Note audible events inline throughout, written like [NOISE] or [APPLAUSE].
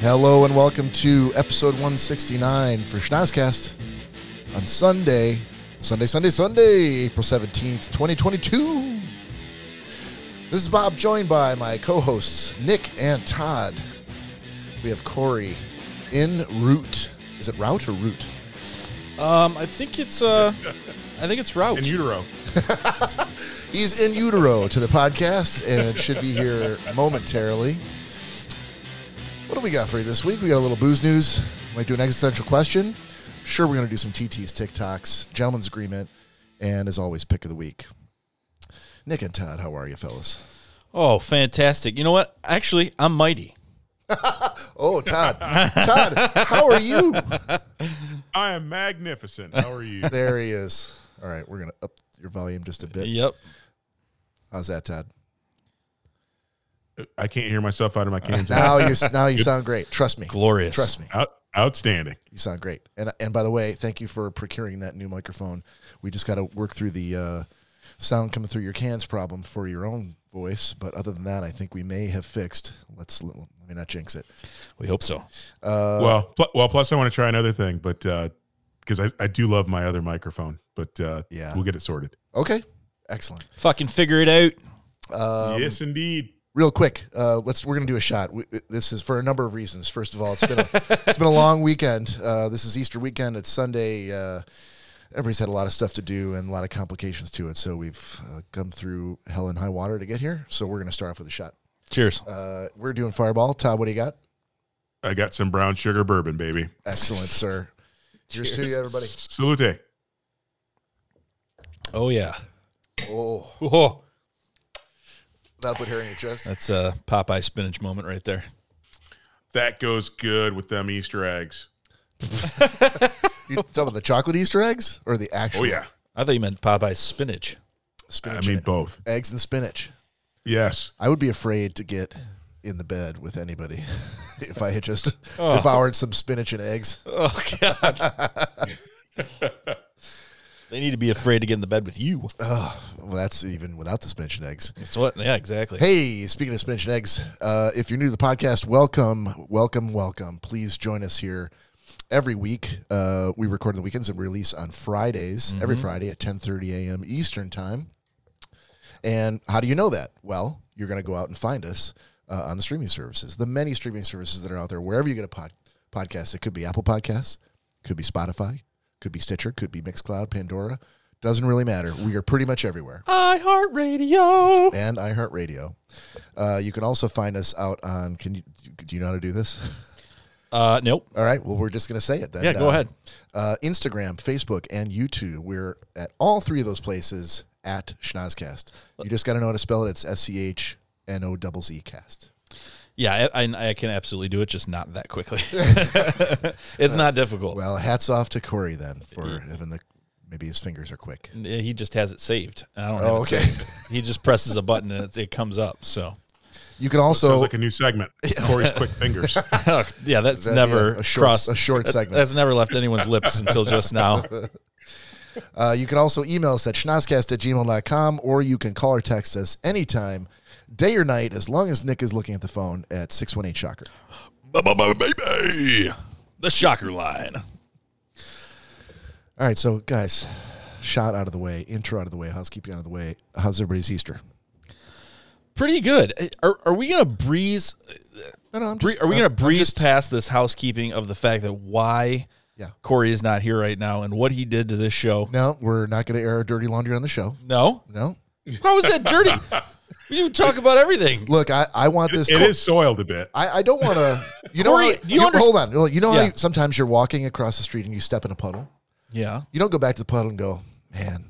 Hello and welcome to episode 169 for Schnozcast on Sunday, Sunday, Sunday, Sunday, April 17th, 2022. This is Bob, joined by my co hosts Nick and Todd. We have Corey in route. Is it route or root? Um, I think it's uh, I think it's route. in utero. He's in utero to the podcast and should be here momentarily. What do we got for you this week? We got a little booze news. Might do an existential question. I'm sure, we're going to do some TTs, TikToks, gentleman's agreement, and as always, pick of the week. Nick and Todd, how are you, fellas? oh, fantastic! You know what? Actually, I'm mighty. Oh, Todd, Todd, how are you? I am magnificent. How are you? There he is. All right, we're going to up your volume just a bit. Yep. How's that, Todd? I can't hear myself out of my cans. [LAUGHS] Now you now you sound great. Trust me. Glorious. Trust me. Out, outstanding. You sound great. And and by the way, thank you for procuring that new microphone. We just got to work through the uh, sound coming through your cans problem for your own voice, but other than that, I think we may have fixed. Let's let me not jinx it. We hope so. Uh, well, pl- well. Plus, I want to try another thing, but because I, I do love my other microphone, but uh, Yeah. we'll get it sorted. Okay, excellent. Fucking figure it out. Um, yes, indeed. Real quick, uh, let's we're gonna do a shot. We, uh, this is for a number of reasons. First of all, it's been a, it's been a long weekend. Uh, this is Easter weekend. It's Sunday. Uh, everybody's had a lot of stuff to do and a lot of complications to it. So we've uh, come through hell and high water to get here. So we're gonna start off with a shot. Cheers. Uh, we're doing Fireball. Todd, what do you got? I got some brown sugar bourbon, baby. Excellent, [LAUGHS] sir. Cheers, to you, everybody. Salute. oh yeah. Oh, Whoa. that'll put hair in your [LAUGHS] chest. That's a Popeye spinach moment right there. That goes good with them Easter eggs. You talking about the chocolate Easter eggs or the actual? Oh yeah, I thought you meant Popeye spinach. I spinach mean and- both. eggs and spinach. Yes, I would be afraid to get in the bed with anybody [LAUGHS] if I had just Oh. devoured some spinach and eggs. Oh god. [LAUGHS] they need to be afraid to get in the bed with you. Well, that's even without the spinach and eggs. That's what. Yeah, exactly. Hey, speaking of spinach and eggs, uh, if you're new to the podcast, welcome, welcome, welcome. Please join us here every week. Uh, we record on the weekends and release on Fridays, every Friday at 10:30 a.m. Eastern time. And how do you know that? Well, you're going to go out and find us uh, on the streaming services, the many streaming services that are out there. Wherever you get a pod- podcast, it could be Apple Podcasts, could be Spotify, could be Stitcher, could be Mixcloud, Pandora. Doesn't really matter. We are pretty much everywhere iHeartRadio. and iHeartRadio. Uh, you can also find us out on. Can you do you know how to do this? [LAUGHS] Uh, nope. All right. Well, we're just going to say it then. Yeah, go Uh, ahead. Uh, Instagram, Facebook, and YouTube. We're at all three of those places at Schnozcast. You just got to know how to spell it. It's S C H N O double Z cast. Yeah, I, I, I can absolutely do it, just not that quickly. [LAUGHS] it's not difficult. Well, hats off to Corey then for having the maybe his fingers are quick. Yeah, he just has it saved. I Oh, don't. have it okay. saved. He just presses a button and it, it comes up. [LAUGHS] So, You can also sounds like a [LAUGHS] new segment. Corey's quick fingers. yeah, That'd that's be never a- a short- crossed a short [LAUGHS] that- segment. that's never left anyone's lips until [LAUGHS] just now. Uh, you can also email us at schnozcast at gmail.com or you can call or text us anytime, day or night, as long as Nick is looking at the phone at 618 Shocker. Baby, the shocker line. All right, so guys, shot out of the way, intro out of the way, housekeeping out of the way. How's everybody's Easter? Pretty good. Eh, Are, are we gonna breeze? No, no, I'm Bre- just, uh, are we gonna I'm- I'm breeze just- past this housekeeping of the fact that why Yeah. Corey is not here right now and what he did to this show? No, we're not going to air our dirty laundry on the show. No, No. how is [LAUGHS] that dirty? you talk about everything. Look, I, I want this. it is soiled a bit. I, I don't want [LAUGHS] to. You know, how, Corey, you, do you underst- hold on. Look, You know how Yeah. you, sometimes you're walking across the street and you step in a puddle? Yeah. You don't go back to the puddle and go, man,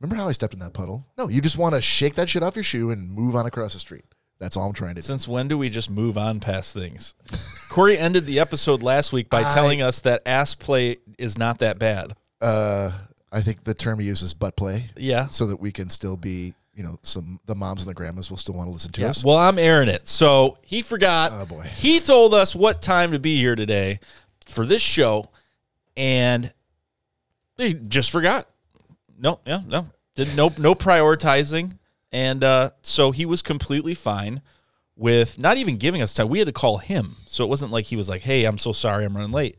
remember how I stepped in that puddle? No, you just want to shake that shit off your shoe and move on across the street. That's all I'm trying to do. Since when do we just move on past things? Corey ended the episode last week by telling us that ass play is not that bad. Uh, I think the term he uses, butt play, Yeah. so that we can still be, you know, some the moms and the grandmas will still want to listen to us. Well, I'm airing it. So he forgot. Oh, boy. He told us what time to be here today for this show, and he just forgot. No, yeah, no, did no no prioritizing, and uh, so he was completely fine with not even giving us time. We had to call him. So it wasn't like he was like, hey, I'm so sorry, I'm running late.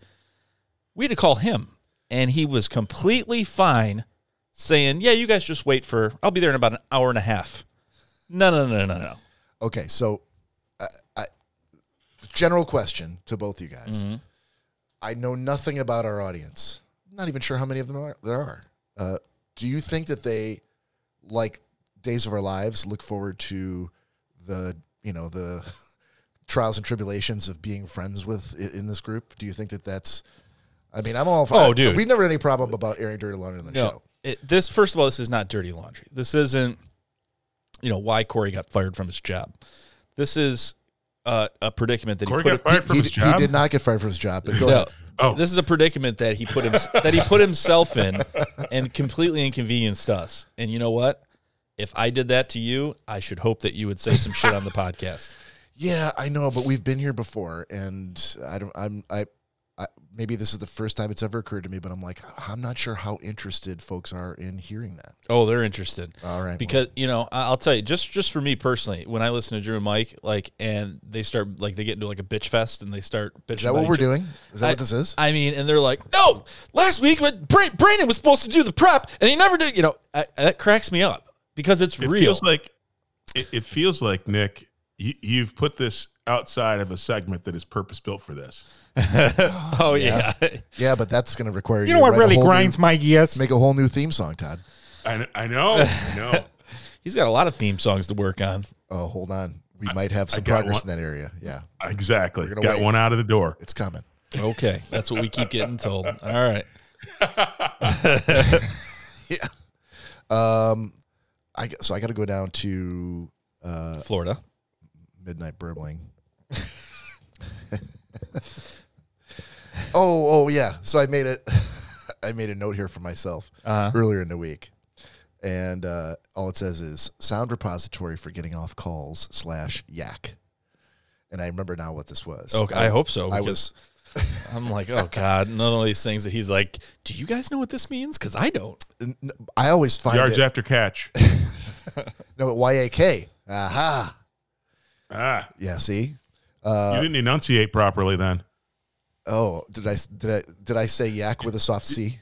We had to call him. And he was completely fine saying, yeah, you guys just wait for, I'll be there in about an hour and a half. No, no, no, no, no. Okay, so I, I, general question to both you guys. I know nothing about our audience. Not even sure how many of them are, there are. Uh, do you think that they, like Days of Our Lives, look forward to the you know the [LAUGHS] trials and tribulations of being friends with i- in this group? Do you think that that's? I mean, I'm all for. Oh, dude. we've never had any problem about airing dirty laundry on the No. show. It, this first of all, this is not dirty laundry. This isn't, you know, why Corey got fired from his job. This is uh, a predicament that Corey he got put. fired from He, his d- job. he did not get fired from his job, but go No. ahead. Oh. This is a predicament that [LAUGHS] he put him, that he put himself in, and completely inconvenienced us. And you know what? If I did that to you, I should hope that you would say some [LAUGHS] shit on the podcast. Yeah, I know, but we've been here before, and I don't. I'm. I, I. Maybe this is the first time it's ever occurred to me, but I'm like, I'm not sure how interested folks are in hearing that. Oh, they're interested. All right, well, because you know I- i'll tell you just just for me personally when i listen to drew and mike like and they start like they get into like a bitch fest and they start bitching is that what about we're each other. doing? Is that I- what this is? i mean and they're like no last week but Bra- brandon was supposed to do the prep and he never did you know I, that cracks me up because it's it real feels like it, it feels like Nick, you, you've put this outside of a segment that is purpose built for this. [LAUGHS] oh yeah, [LAUGHS] yeah, but that's going to require you. You know to what write a really whole new- grinds my gears? Make a whole new theme song, Todd. I, kn- I know, [LAUGHS] I know. he's got a lot of theme songs to work on Oh, hold on. We might have some got progress one. in that area. Yeah, Exactly. gonna Got wait. one out of the door. it's coming. [LAUGHS] okay that's what we keep getting told all right Yeah. Um, I g- so I got to go down to uh, florida midnight burbling. oh, oh yeah. So I made it. [LAUGHS] I made a note here for myself Uh-huh. earlier in the week, and uh, all it says is "sound repository for getting off calls" slash yak. And I remember now what this was. okay i, hope so I because was. i'm like oh god another one of these things that he's like do you guys know what this means because i don't n- n- I always find Yards it. [LAUGHS] after catch. No, Y A K. Aha. Ah, Yeah. See. Uh, you didn't enunciate properly then. Oh, did I did I did I say yak with a soft C?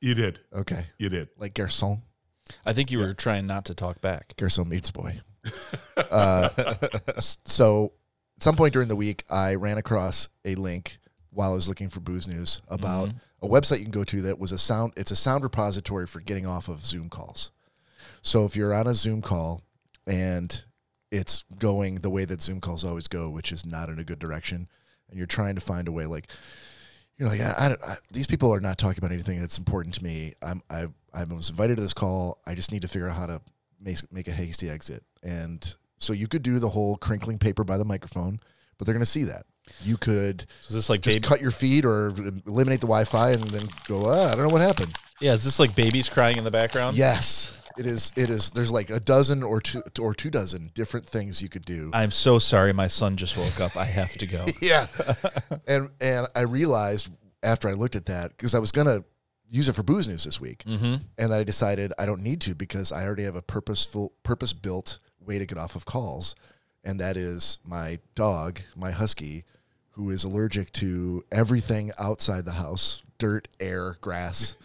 You did. Okay. You did. Like garçon. I think you were trying not to talk back. Gerso meets boy. uh, s- so, at some point during the week, I ran across a link while I was looking for booze news about a website you can go to that was a sound. It's a sound repository for getting off of Zoom calls. So if you're on a Zoom call and it's going the way that Zoom calls always go, which is not in a good direction, and you're trying to find a way, like you're like, I, I don't, I, these people are not talking about anything that's important to me. I'm, I, I was invited to this call. I just need to figure out how to make, make a hasty exit. And so you could do the whole crinkling paper by the microphone, but they're going to see that. You could Is this like just baby? cut your feed or eliminate the Wi-Fi and then go. Ah, I don't know what happened. yeah, is this like babies crying in the background? Yes, it is. It is. There's like a dozen or two or two dozen different things you could do. I'm so sorry, my son just woke up. I have [LAUGHS] to go. yeah. and and I realized after I looked at that because I was gonna use it for booze news this week, Mhm. and I decided I don't need to because I already have a purposeful, purpose built way to get off of calls, and that is my dog, my husky, who is allergic to everything outside the house: dirt, air, grass,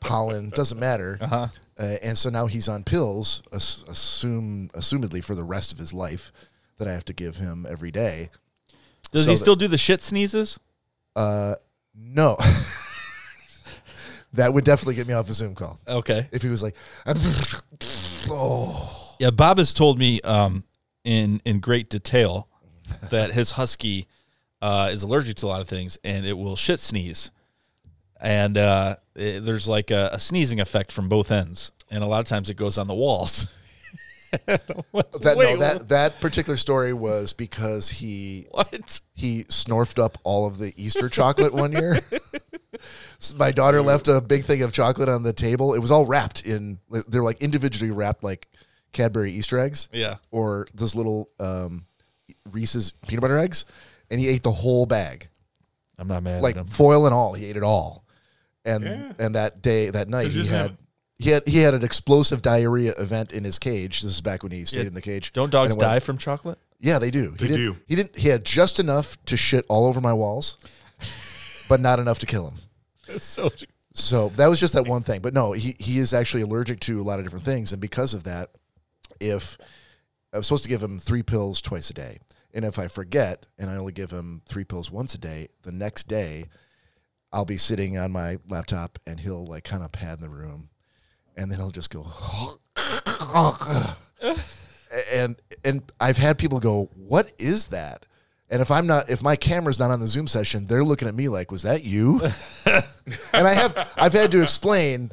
pollen. Doesn't matter. Uh-huh. Uh, and so now he's on pills, ass- assume assumedly for the rest of his life, that I have to give him every day. Does So he that- still do the shit sneezes? Uh, no. [LAUGHS] that would definitely get me off a Zoom call. Okay. If he was like, [LAUGHS] oh, Yeah, Bob has told me um, in in great detail that his husky uh, is allergic to a lot of things, and it will shit sneeze, and uh, it- there's like a, a sneezing effect from both ends, and a lot of times it goes on the walls. [LAUGHS] that Wait, no, that that particular story was because he What? he snorfed up all of the Easter chocolate one year. [LAUGHS] So My daughter left a big thing of chocolate on the table. It was all wrapped in they're like individually wrapped like Cadbury Easter eggs. Yeah. Or those little um, Reese's peanut butter eggs. And he ate the whole bag. I'm not mad like at him. foil and all. He ate it all, and Yeah. and that day that night he just had have- he had he had an explosive diarrhea event in his cage. This is back when he stayed Yeah. in the cage. Don't dogs And it went- [LAUGHS] die from chocolate? Yeah, they do. They he didn't, do. He didn't. He had just enough to shit all over my walls, but not enough to kill him. That's so. So that was just that one thing. But no, he, he is actually allergic to a lot of different things. And because of that, if I was supposed to give him three pills twice a day, and if I forget and I only give him three pills once a day, the next day I'll be sitting on my laptop and he'll like kind of pad the room and then he'll just go, [LAUGHS] and and I've had people go, "What is that?" And if I'm not, if my camera's not on the Zoom session, they're looking at me like, "Was that you?" and I have, I've had to explain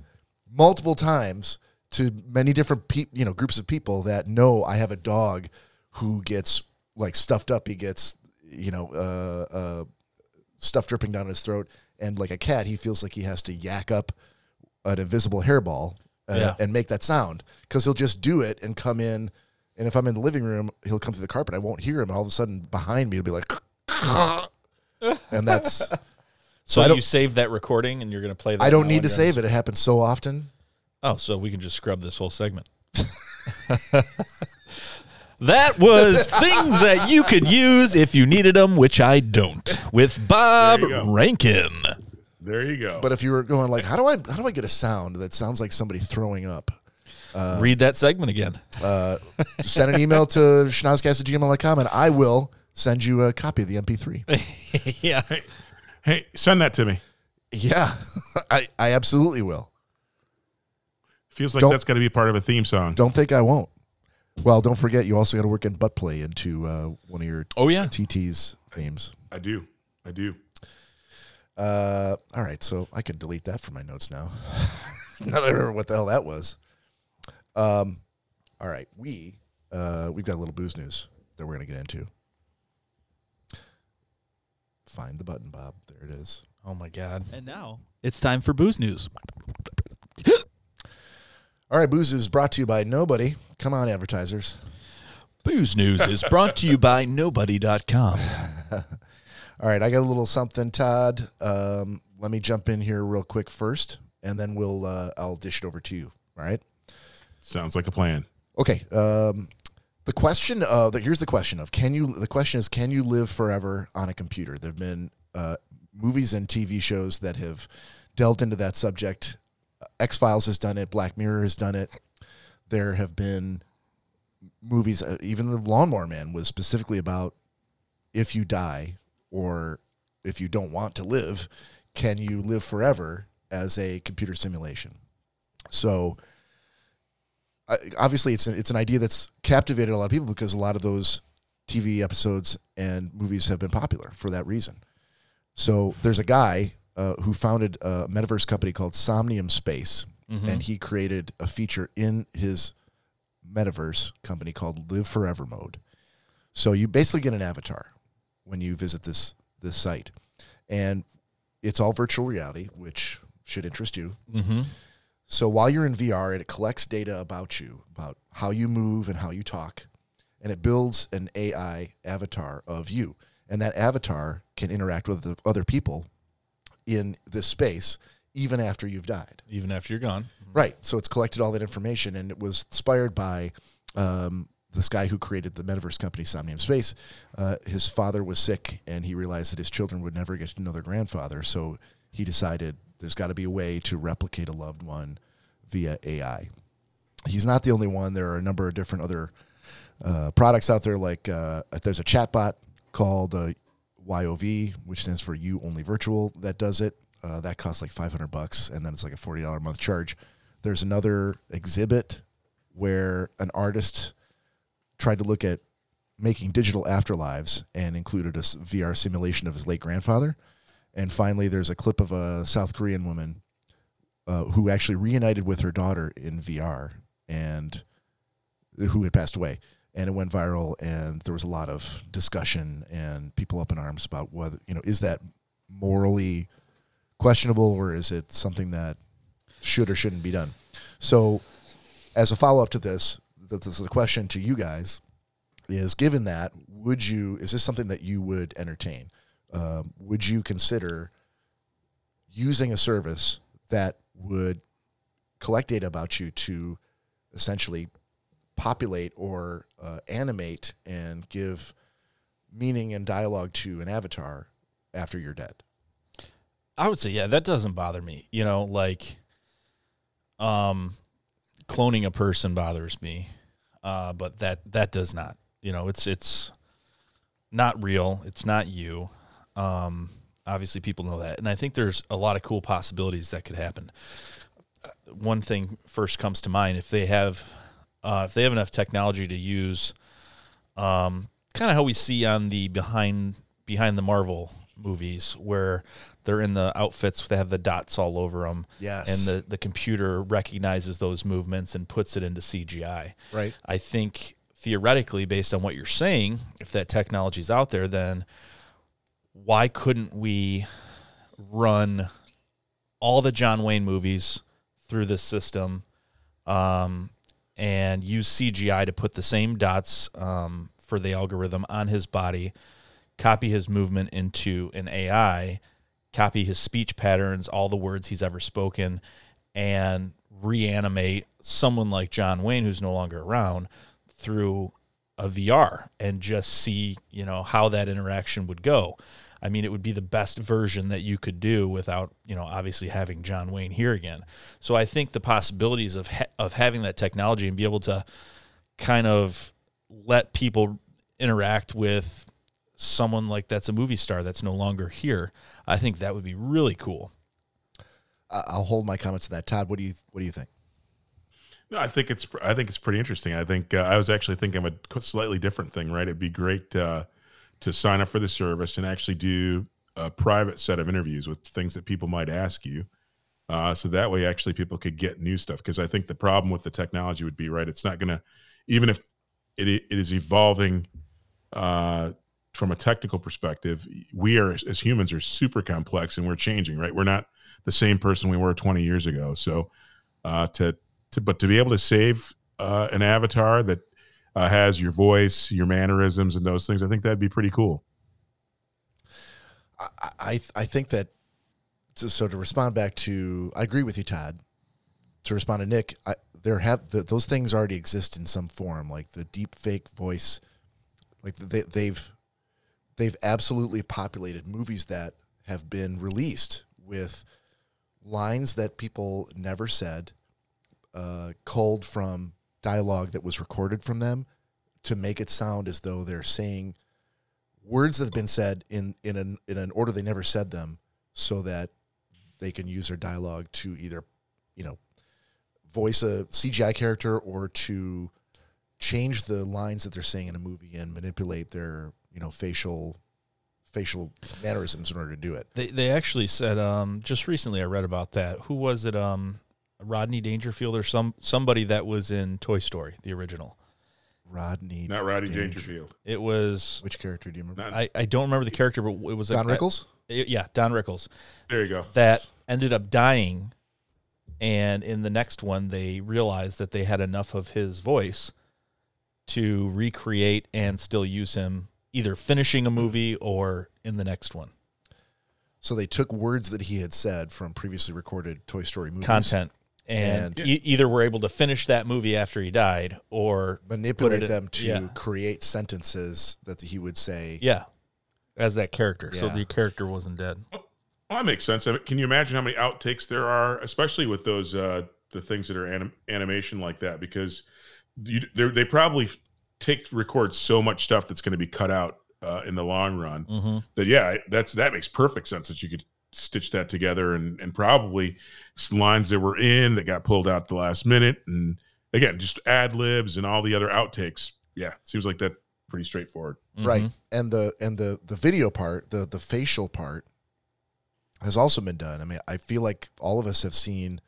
multiple times to many different, pe- you know, groups of people that no, I have a dog who gets like stuffed up. He gets, you know, uh, uh, stuff dripping down his throat, and like a cat, he feels like he has to yak up an invisible hairball uh, Yeah. and make that sound because he'll just do it and come in. And if I'm in the living room, he'll come through the carpet. I won't hear him. And all of a sudden, behind me, he'll be like, [LAUGHS] and that's. So I don't- you saved that recording, and you're going to play. that I don't now need on to your- save it. It happens so often. Oh, so we can just scrub this whole segment. [LAUGHS] that was [LAUGHS] things that you could use if you needed them, which I don't. With Bob There you go. Rankin. There you go. But if you were going like, how do I how do I get a sound that sounds like somebody throwing up? Read that segment again. Send an email to schnozcast at gmail.com and I will send you a copy of the MP3. [LAUGHS] yeah. hey, send that to me. yeah, [LAUGHS] I, I absolutely will. Feels like Don't- that's got to be part of a theme song. Don't think I won't. Well, don't forget you also got to work in butt play into uh, one of your Oh yeah. TT's themes. I do. I do. Uh, all right, so I could delete that from my notes now. [LAUGHS] now that I remember what the hell that was. Um, all right, we uh, we've got a little booze news that we're gonna get into. Find the button, Bob. There it is. Oh my god. And now it's time for booze news. All right, booze is brought to you by nobody. Come on, advertisers. Booze News is brought to you by [LAUGHS] nobody.com. All right, I got a little something, Todd. Um, let me jump in here real quick first, and then we'll uh, I'll dish it over to you. All right. Sounds like a plan. Okay. Um, the question of the, here's the question of can you the question is can you live forever on a computer? There've been uh, movies and TV shows that have delved into that subject. X Files has done it. Black Mirror has done it. There have been movies. Uh, even the Lawnmower Man was specifically about if you die or if you don't want to live, can you live forever as a computer simulation? So I- obviously it's an, it's an idea that's captivated a lot of people because a lot of those TV episodes and movies have been popular for that reason. So there's a guy uh, who founded a metaverse company called Somnium Space, and he created a feature in his metaverse company called Live Forever Mode. So you basically get an avatar when you visit this this site, and it's all virtual reality, which should interest you. Mm-hmm. So while you're in VR, it collects data about you, about how you move and how you talk, and it builds an AI avatar of you. And that avatar can interact with the other people in this space even after you've died. Even after you're gone. Right. So it's collected all that information, and it was inspired by um, this guy who created the metaverse company, Somnium Space. Uh, his father was sick, and he realized that his children would never get to know their grandfather. So he decided there's got to be a way to replicate a loved one via AI. He's not the only one. There are a number of different other uh, products out there. Like uh, there's a chatbot called uh, YOV, which stands for You Only Virtual, that does it. Uh, that costs like 500 bucks, and then it's like a $40 a month charge. There's another exhibit where an artist tried to look at making digital afterlives and included a s- VR simulation of his late grandfather. And finally, there's a clip of a South Korean woman uh, who actually reunited with her daughter in VR and who had passed away. And it went viral, and there was a lot of discussion and people up in arms about whether, you know, is that morally questionable or is it something that should or shouldn't be done? So, as a follow up to this, this is the question to you guys is given that would you is this something that you would entertain um, would you consider using a service that would collect data about you to essentially populate or uh, animate and give meaning and dialogue to an avatar after you're dead. I would say, yeah, that doesn't bother me. You know, like, um, cloning a person bothers me, uh, but that that does not. You know, it's it's not real. It's not you. Um, obviously, people know that, and I think there's a lot of cool possibilities that could happen. Uh, One thing first comes to mind: if they have, uh, if they have enough technology to use, um, kind of how we see on the behind behind the Marvel movies where they're in the outfits they have the dots all over them Yes. and the, the computer recognizes those movements and puts it into cgi Right. i think theoretically based on what you're saying if that technology is out there then why couldn't we run all the john wayne movies through this system um, and use cgi to put the same dots um, for the algorithm on his body copy his movement into an AI, copy his speech patterns, all the words he's ever spoken, and reanimate someone like John Wayne, who's no longer around, through a VR and just see, you know, how that interaction would go. I mean, it would be the best version that you could do without, you know, obviously having John Wayne here again. So I think the possibilities of ha- of having that technology and be able to kind of let people interact with someone like that's a movie star that's no longer here, I think that would be really cool. I- I'll hold my comments to that. Todd, what do you what do you think? No, I think it's I think it's pretty interesting. I think uh, I was actually thinking of a slightly different thing. Right, it'd be great uh, to sign up for the service and actually do a private set of interviews with things that people might ask you. Uh, so that way, actually, people could get new stuff. Because I think the problem with the technology would be right. It's not going to, even if it, it is evolving uh, from a technical perspective. We are as humans are super complex and we're changing. Right, we're not the same person we were 20 years ago. So uh, to to, but to be able to save uh, an avatar that uh, has your voice, your mannerisms, and those things, I think that'd be pretty cool. I, I I think that so, so to respond back to I agree with you, Todd. To respond to Nick, I, there have th those things already exist in some form, like the deep fake voice, like they, they've they've absolutely populated movies that have been released with lines that people never said, uh, culled from dialogue that was recorded from them to make it sound as though they're saying words that have been said in in an in an order they never said them, so that they can use their dialogue to either, you know, voice a CGI character or to change the lines that they're saying in a movie and manipulate their you know facial facial mannerisms in order to do it. They they actually said um just recently I read about that. Who was it um Rodney Dangerfield or some somebody that was in Toy Story, the original. Rodney, Not Roddy Danger- Dangerfield. It was Which character do you remember? Not, I, I don't remember the character but it was a- Don Rickles. I- yeah, Don Rickles there you go. that ended up dying and in the next one they realized that they had enough of his voice to recreate and still use him either finishing a movie or in the next one. So they took words that he had said from previously recorded Toy Story movies, content and, And- e- either were able to finish that movie after he died or Put manipulate it in- them to yeah. create sentences that he would say. yeah as that character so Yeah. the character wasn't dead Well, that makes sense. I mean, can you imagine how many outtakes there are, especially with those uh, the things that are anim- animation like that? Because you, they're- they probably take record so much stuff that's going to be cut out uh, in the long run. mm-hmm. that yeah that's that makes perfect sense that you could stitch that together and and probably s- lines that were in that got pulled out at the last minute and again just ad libs and all the other outtakes yeah seems like that pretty straightforward Mm-hmm. right and the and the the video part the the facial part has also been done i mean i feel like all of us have seen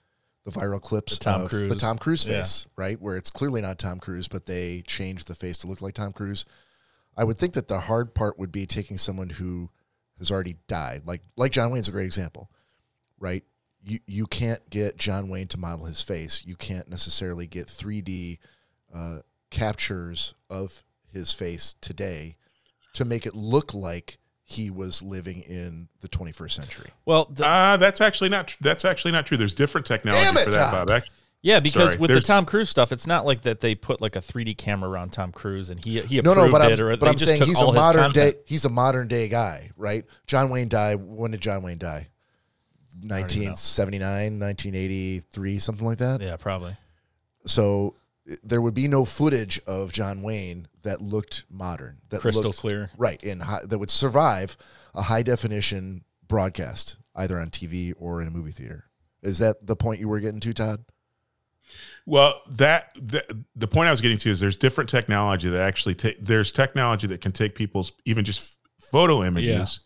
the viral clips The Tom of the Cruise. tom cruise Yeah. face right where it's clearly not tom cruise but they changed the face to look like tom cruise i would think that the hard part would be taking someone who has already died like like john wayne's a great example right you you can't get john wayne to model his face you can't necessarily get 3d uh, captures of his face today to make it look like he was living in the 21st century. well the, uh that's actually not tr- that's actually not true there's different technology Damn it, for that Todd. bob Ac- Yeah, because Sorry, with the there's- Tom Cruise stuff, it's not like that they put like a 3D camera around Tom Cruise and he he No, approved no, but it, I'm, or but they I'm just saying took he's all a his modern content. day. He's a modern day guy, right? John Wayne died. When did John Wayne die? 1979, 1983, something like that. Yeah, probably. So i- there would be no footage of John Wayne that looked modern, that Crystal looked clear. right in high, that would survive a high definition broadcast either on TV or in a movie theater. Is that the point you were getting to, Todd? Well, that the, the point I was getting to is there's different technology that actually take there's technology that can take people's even just photo images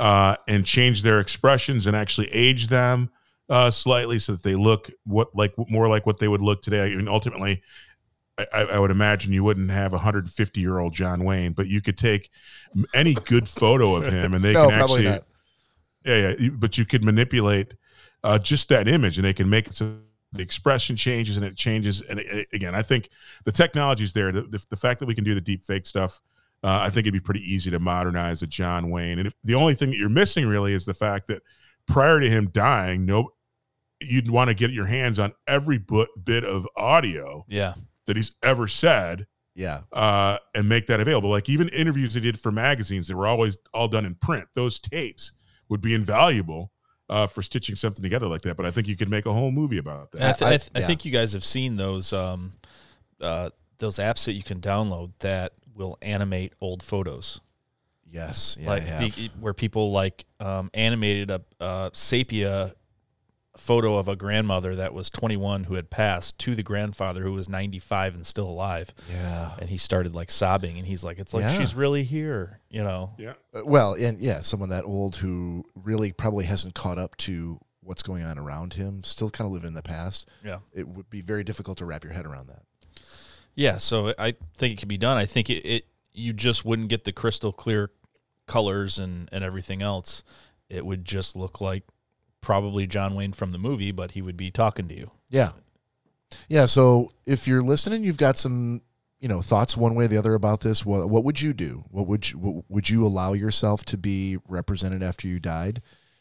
uh, and change their expressions and actually age them uh, slightly so that they look what like more like what they would look today. I mean, ultimately, I, I I would imagine you wouldn't have a 150 year old John Wayne, but you could take any good photo of him and they [LAUGHS] no, can probably actually not. yeah, yeah. you- But you could manipulate uh, just that image, and they can make it so the expression changes and it changes. And it- it- again, I think the technology's there. The, the, the fact that we can do the deep fake stuff, uh, I think it'd be pretty easy to modernize a John Wayne. And if, the only thing that you're missing really is the fact that prior to him dying, no, you'd want to get your hands on every bu- bit of audio Yeah. that he's ever said Yeah, uh, and make that available. Like even interviews they did for magazines that were always all done in print, those tapes would be invaluable uh, for stitching something together like that. But I think you could make a whole movie about And I, that. th- I, I- th- I yeah. think you guys have seen those um, uh, those apps that you can download that will animate old photos, yes, yeah, I like have. be- e where people like um, animated a, a sepia photo of a grandmother that was 21 who had passed to the grandfather who was 95 and still alive, yeah. and he started like sobbing, and he's like, "It's like Yeah. she's really here," you know. Yeah. Uh, well, and yeah, someone that old who really probably hasn't caught up to what's going on around him, still kind of living in the past. Yeah. It would be very difficult to wrap your head around that. Yeah, so I- I think it can be done. I think it, it you just wouldn't get the crystal clear colors and and everything else. It would just look like probably John Wayne from the movie, but he would be talking to you. Yeah. Yeah, so if you're listening, you've got some, you know, thoughts one way or the other about this, what what would you do? What would you what, would you allow yourself to be represented after you died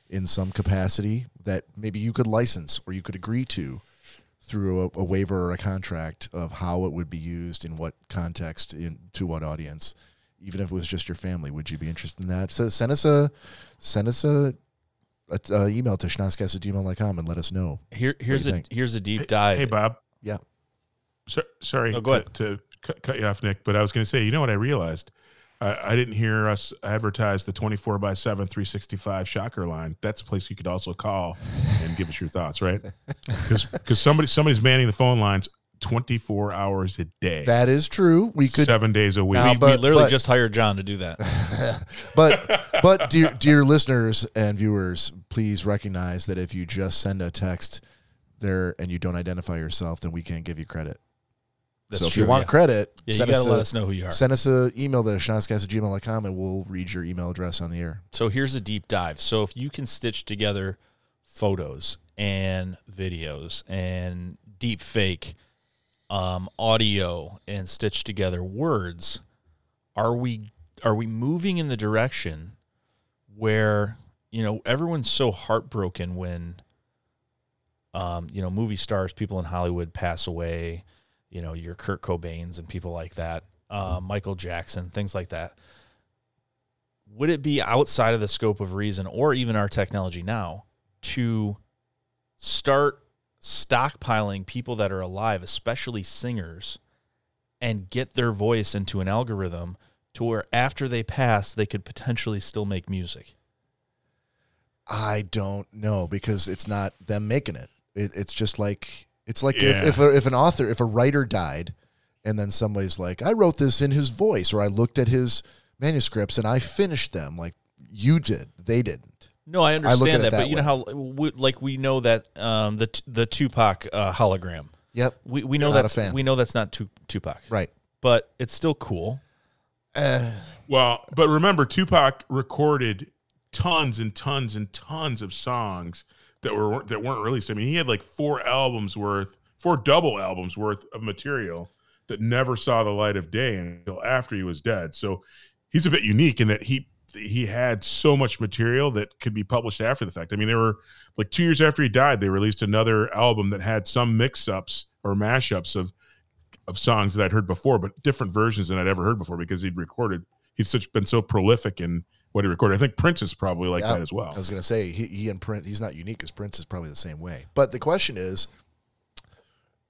in some capacity that maybe you could license or you could agree to through a, a waiver or a contract of how it would be used in what context in to what audience even if it was just your family would you be interested in that so send us a send us a, a, a email to schnotzcast at gmail.com and let us know Here here's do a you think? here's a deep dive. Hey, Bob. Yeah. So, sorry Oh, go ahead. to, to cut, cut you off, Nick, but I was going to say, you know what I realized? I, I didn't hear us advertise the 24 by 7, 365 shocker line. That's a place you could also call and give us your [LAUGHS] thoughts, right? Because somebody, somebody's manning the phone lines 24 hours a day, That is true. We could, seven days a week. Now, we, we but- literally but- just hired John to do that. [LAUGHS] but but dear dear listeners and viewers, please recognize that if you just send a text there and you don't identify yourself, then we can't give you credit. That's so if true, you want yeah. credit, Yeah, send you us gotta let a, us know who you are. send us a email to schnotzcast at gmail.com and we'll read your email address on the air. So here's a deep dive. So if you can stitch together photos and videos and deep fake um, audio and stitch together words, are we are we moving in the direction where you know everyone's so heartbroken when um, you know movie stars, people in Hollywood pass away, you know your Kurt Cobains and people like that, uh, Michael Jackson, things like that would it be outside of the scope of reason or even our technology now to start stockpiling people that are alive, especially singers, and get their voice into an algorithm to where after they pass, they could potentially still make music? I don't know because it's not them making it. it it's just like it's like Yeah. if if, a, if an author if a writer died, and then somebody's like, I wrote this in his voice, or I looked at his manuscripts and I finished them. Like you did, they didn't. No, I look at understand it that, but that you know how, w- like, we know that um, the the Tupac uh, hologram. Yep. We, we know Not a that's fan. we know that's not Tu- Tupac, Right. but it's still cool. Uh, [LAUGHS] Well, but remember, Tupac recorded tons and tons and tons of songs that were that weren't released. I mean, he had like four albums worth, four double albums worth of material that never saw the light of day until after he was dead. So he's a bit unique in that he he had so much material that could be published after the fact. I mean, there were like two years after he died, they released another album that had some mix-ups or mashups of of songs that I'd heard before, but different versions than I'd ever heard before because he'd recorded. He's such been so prolific in what he recorded. I think Prince is probably like Yeah. that as well. I was going to say he, he and Prince. He's not unique because Prince is probably the same way. But the question is,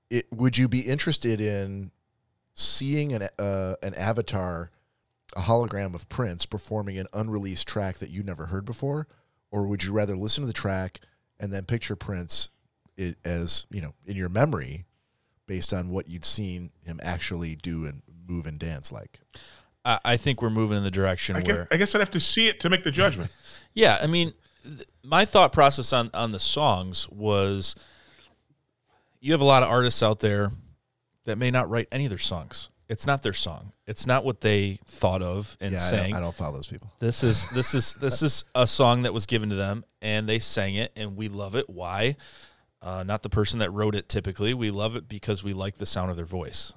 it, would you be interested in seeing an uh, an avatar, a hologram of Prince performing an unreleased track that you never heard before, or would you rather listen to the track and then picture Prince it, as you know in your memory, based on what you'd seen him actually do and move and dance like? I, I think we're moving in the direction I where guess, I guess I'd have to see it to make [LAUGHS] the judgment. Yeah, I mean, th- my thought process on on the songs was, you have a lot of artists out there that may not write any of their songs. It's not their song. It's not what they thought of and Yeah, I sang. don't, I don't follow those people. This is this is this is a song that was given to them, and they sang it, and we love it. Why? Uh, not the person that wrote it. Typically, we love it because we like the sound of their voice,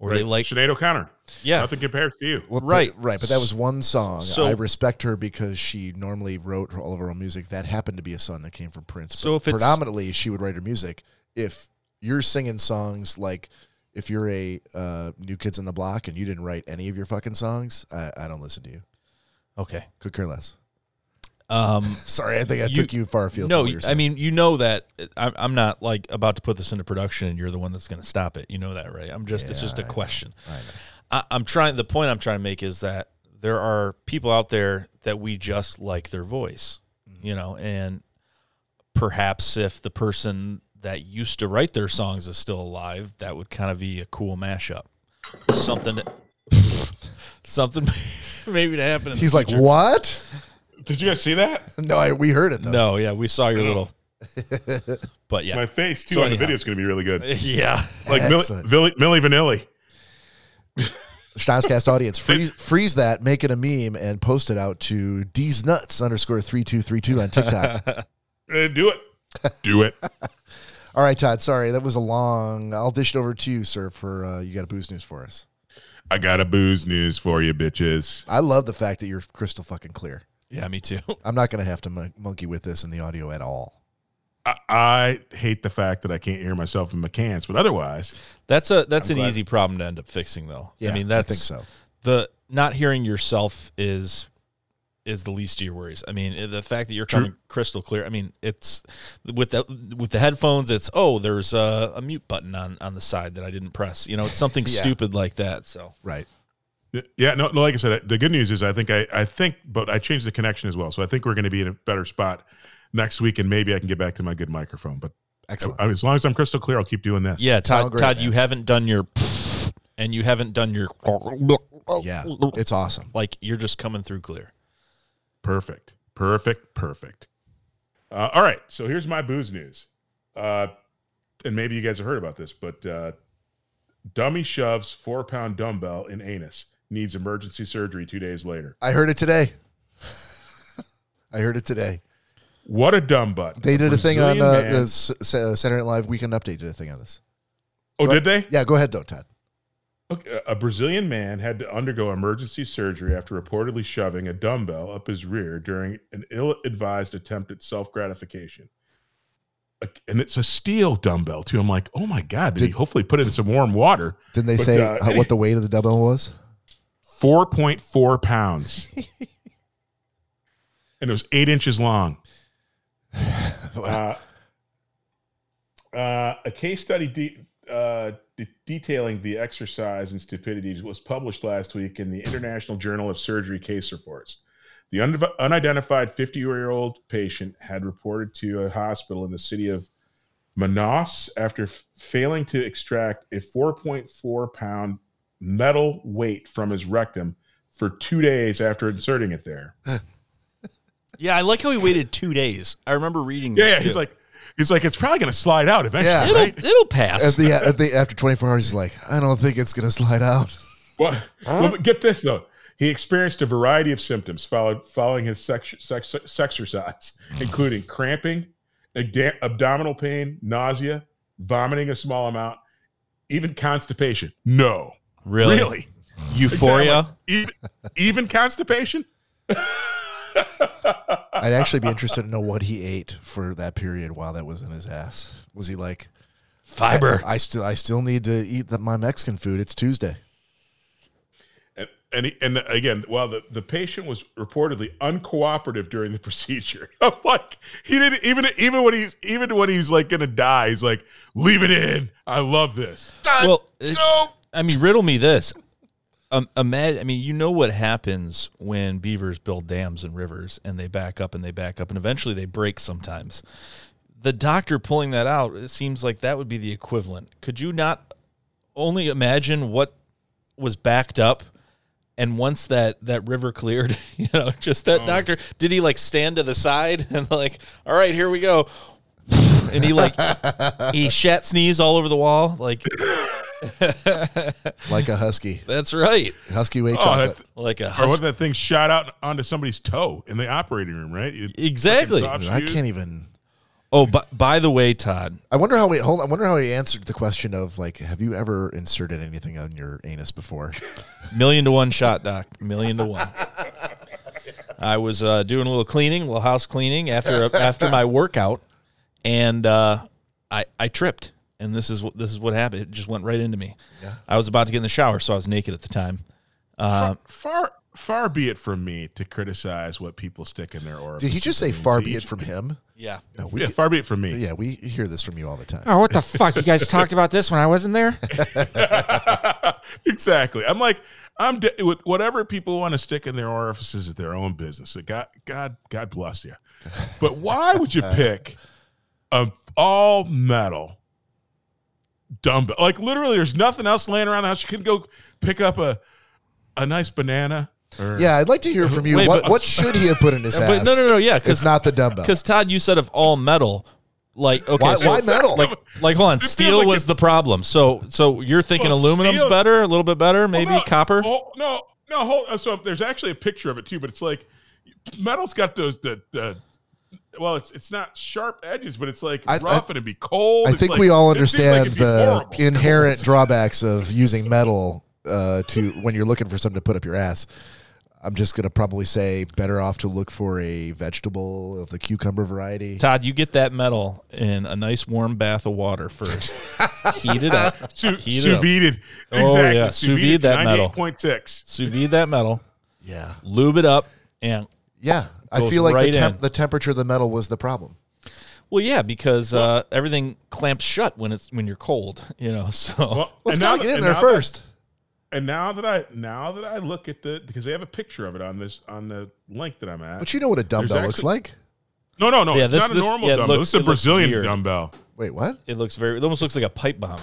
or they Right? like Sinead O'Connor. yeah. Nothing compares to you. Well, but- Right. right. But that was one song. So- I respect her because she normally wrote her, all of her own music. That happened to be a song that came from Prince. but So if it's- predominantly, she would write her music. If you're singing songs like, if you're a uh, New Kids on the Block and you didn't write any of your fucking songs, I, I don't listen to you. Okay. Could care less. [LAUGHS] Um, Sorry, I think I You- took you far afield. No, from what you're I saying. mean you know that uh, I'm, I'm not like about to put this into production, and you're the one that's going to stop it. You know that, right? I'm just it's Yeah, just a I know. question. I know. I, I'm trying. The point I'm trying to make is that there are people out there that we just like their voice, Mm-hmm. you know, and perhaps if the person that used to write their songs is still alive, that would kind of be a cool mashup, something, to, [LAUGHS] something [LAUGHS] maybe to happen. In the he's like, future. what? [LAUGHS] Did you guys see that? No, I, we heard it though. no, yeah, we saw your little, but yeah, My face too So on the anyhow. video is going to be really [LAUGHS] good. yeah. Like Milli, Excellent. Villi- Milli Vanilli. Steinscast [LAUGHS] audience, freeze, freeze that, make it a meme, and post it out to D's nuts underscore three two three two on TikTok. Uh, do it. [LAUGHS] Do it. All right, Todd. Sorry, that was a long. I'll dish it over to you, sir. For uh, you got a booze news for us. I got a booze news for you, bitches. I love the fact that you're crystal fucking clear. Yeah, me too. I'm not gonna have to mon- monkey with this in the audio at all. I, I hate the fact that I can't hear myself in my cans, but otherwise, That's a that's I'm an glad- easy problem to end up fixing though. Yeah, I mean I that's think so. the not hearing yourself is is the least of your worries. I mean, eh, the fact that you're True. coming crystal clear. I mean, it's with the with the headphones. It's oh, there's a, a mute button on on the side that I didn't press. You know, it's something Yeah. stupid like that. So Right. yeah, no, no, like I said, the good news is I think I, I think, but I changed the connection as well, so I think we're going to be in a better spot next week, and maybe I can get back to my good microphone. But Excellent. I- as long as I'm crystal clear, I'll keep doing this. yeah, Todd, Sound great, Todd, man. you haven't done your and you haven't done your Oh, Yeah, it's awesome. like you're just coming through clear. Perfect. Perfect. Perfect. Uh, all right. So here's my booze news. Uh, and maybe you guys have heard about this, but uh, dummy shoves four pound dumbbell in anus, needs emergency surgery two days later. I heard it today. [LAUGHS] I heard it today. What a dumb butt. They did a thing on Brazilian uh, man- the S- S- uh, Saturday Night Live Weekend Update. Did a thing on this. oh, did they? Yeah, go ahead though, Todd. Okay, A Brazilian man had to undergo emergency surgery after reportedly shoving a dumbbell up his rear during an ill advised attempt at self gratification. And it's a steel dumbbell, too. I'm like, oh my God, did, Did- he hopefully put it in some warm water? Didn't they But, say uh, how, what the weight of the dumbbell [LAUGHS] was? [LAUGHS] 4.4 pounds. and it was eight inches long. Uh, uh, a case study de- uh, de- detailing the exercise and stupidity was published last week in the International Journal of Surgery Case Reports. The un- unidentified 50 year old patient had reported to a hospital in the city of Manaus after f- failing to extract a 4.4 pound metal weight from his rectum for two days after inserting it there. Yeah, I like how he waited two days. I remember reading. Yeah, he's like, he's like, it's probably going to slide out eventually. Yeah. it'll Right? it'll pass. At the, at the after 24 hours, he's like, I don't think it's gonna slide out. Well, well, but get this though. He experienced a variety of symptoms followed, following his sex, sex, exercise, including cramping, abda- abdominal pain, nausea, vomiting a small amount, even constipation. No, really, really? euphoria. Even, even constipation? I'd actually be interested to know what he ate for that period while that was in his ass. Was he like Fiber. I, I still I still need to eat the, my Mexican food. It's Tuesday. And and, he, and again, while the, the patient was reportedly uncooperative during the [LAUGHS] procedure, I'm like, he didn't even even when he's even when he's like gonna die, he's like, leave it in. I love this. Oh, well, it- I mean, riddle me this. Um, imagine, I mean, you know what happens when beavers build dams and rivers and they back up and they back up and eventually they break sometimes. The doctor pulling that out, it seems like that would be the equivalent. Could you not only imagine what was backed up and once that that river cleared, [LAUGHS] you know, just that doctor, did he like stand to the side [LAUGHS] and like, all right, here we go. And he like he shat sneeze all over the wall. Like Like a husky. that's right. [LAUGHS] Husky way Oh, chocolate. that, Like a or husky. what that thing shot out onto somebody's toe in the operating room, right? You- Exactly. Soft I shoes. can't even Oh, by, by the way, Todd, I wonder how wait, hold on, I wonder how he answered the question of like, have you ever inserted anything on your anus before? million to one shot, Doc. Million to one. I was uh, doing a little cleaning, a little house cleaning after after my workout, and uh, I I tripped, and this is what this is what happened. It just went right into me. Yeah. I was about to get in the shower, so I was naked at the time. Far, um, far far be it from me to criticize what people stick in their orifice. Did he just [LAUGHS] say far be it from him? Yeah. No, we Yeah, get- far be it from me. yeah, we hear this from you all the time. Oh, what the fuck? You guys talked about this when I wasn't there? [LAUGHS] exactly. I'm like, I'm de- with- whatever people want to stick in their orifices is their own business. So God, God, God bless you. But why would you pick a all metal dumbbell? Like literally, there's nothing else laying around the house. You can go pick up a a nice banana. Or, Yeah, I'd like to hear from you. Wait, what but- what should he have put in his ass? But no, no, no. Yeah, It's because not the dumbbell. Todd, you said of all metal, like okay, Why, so- why metal? Like, like, hold on. feels Steel like was it- the problem. So, so you're thinking Well, aluminum's steel- better, a little bit better, maybe Well, no, copper. Oh, no, no. Hold, so there's actually a picture of it too, but it's like metal's got those the the. Well, it's it's not sharp edges, but it's like I- I- rough and it'd be cold. I It's think like- we all it seems like understand it'd be the horrible. [LAUGHS] inherent drawbacks of using metal uh, to when you're looking for something to put up your ass. I'm just gonna probably say better off to look for a vegetable of the cucumber variety. Todd, you get that metal in a nice warm bath of [LAUGHS] water first. Heat it up. Su- Heat it sous up. vide. Oh, Exactly. yeah, sous vide that metal. 98.6. Sous vide that metal, Yeah, lube it up, and yeah. I Goes feel like right the, temp- in. the temperature of the metal was the problem. well, yeah, because uh, everything clamps shut when it's when you're cold, you know. [LAUGHS] So Well, Well, it's and now gotta that- get in and there now that- first. and now that I now that I look at the because they have a picture of it on this on the link that I'm at. But you know what a dumbbell looks actually- like? no, no, no. Yeah, it's this- not a this- normal yeah, it dumbbell. looks- this it is a looks Brazilian weird. dumbbell. Wait, what? it looks very. It almost looks like a pipe bomb.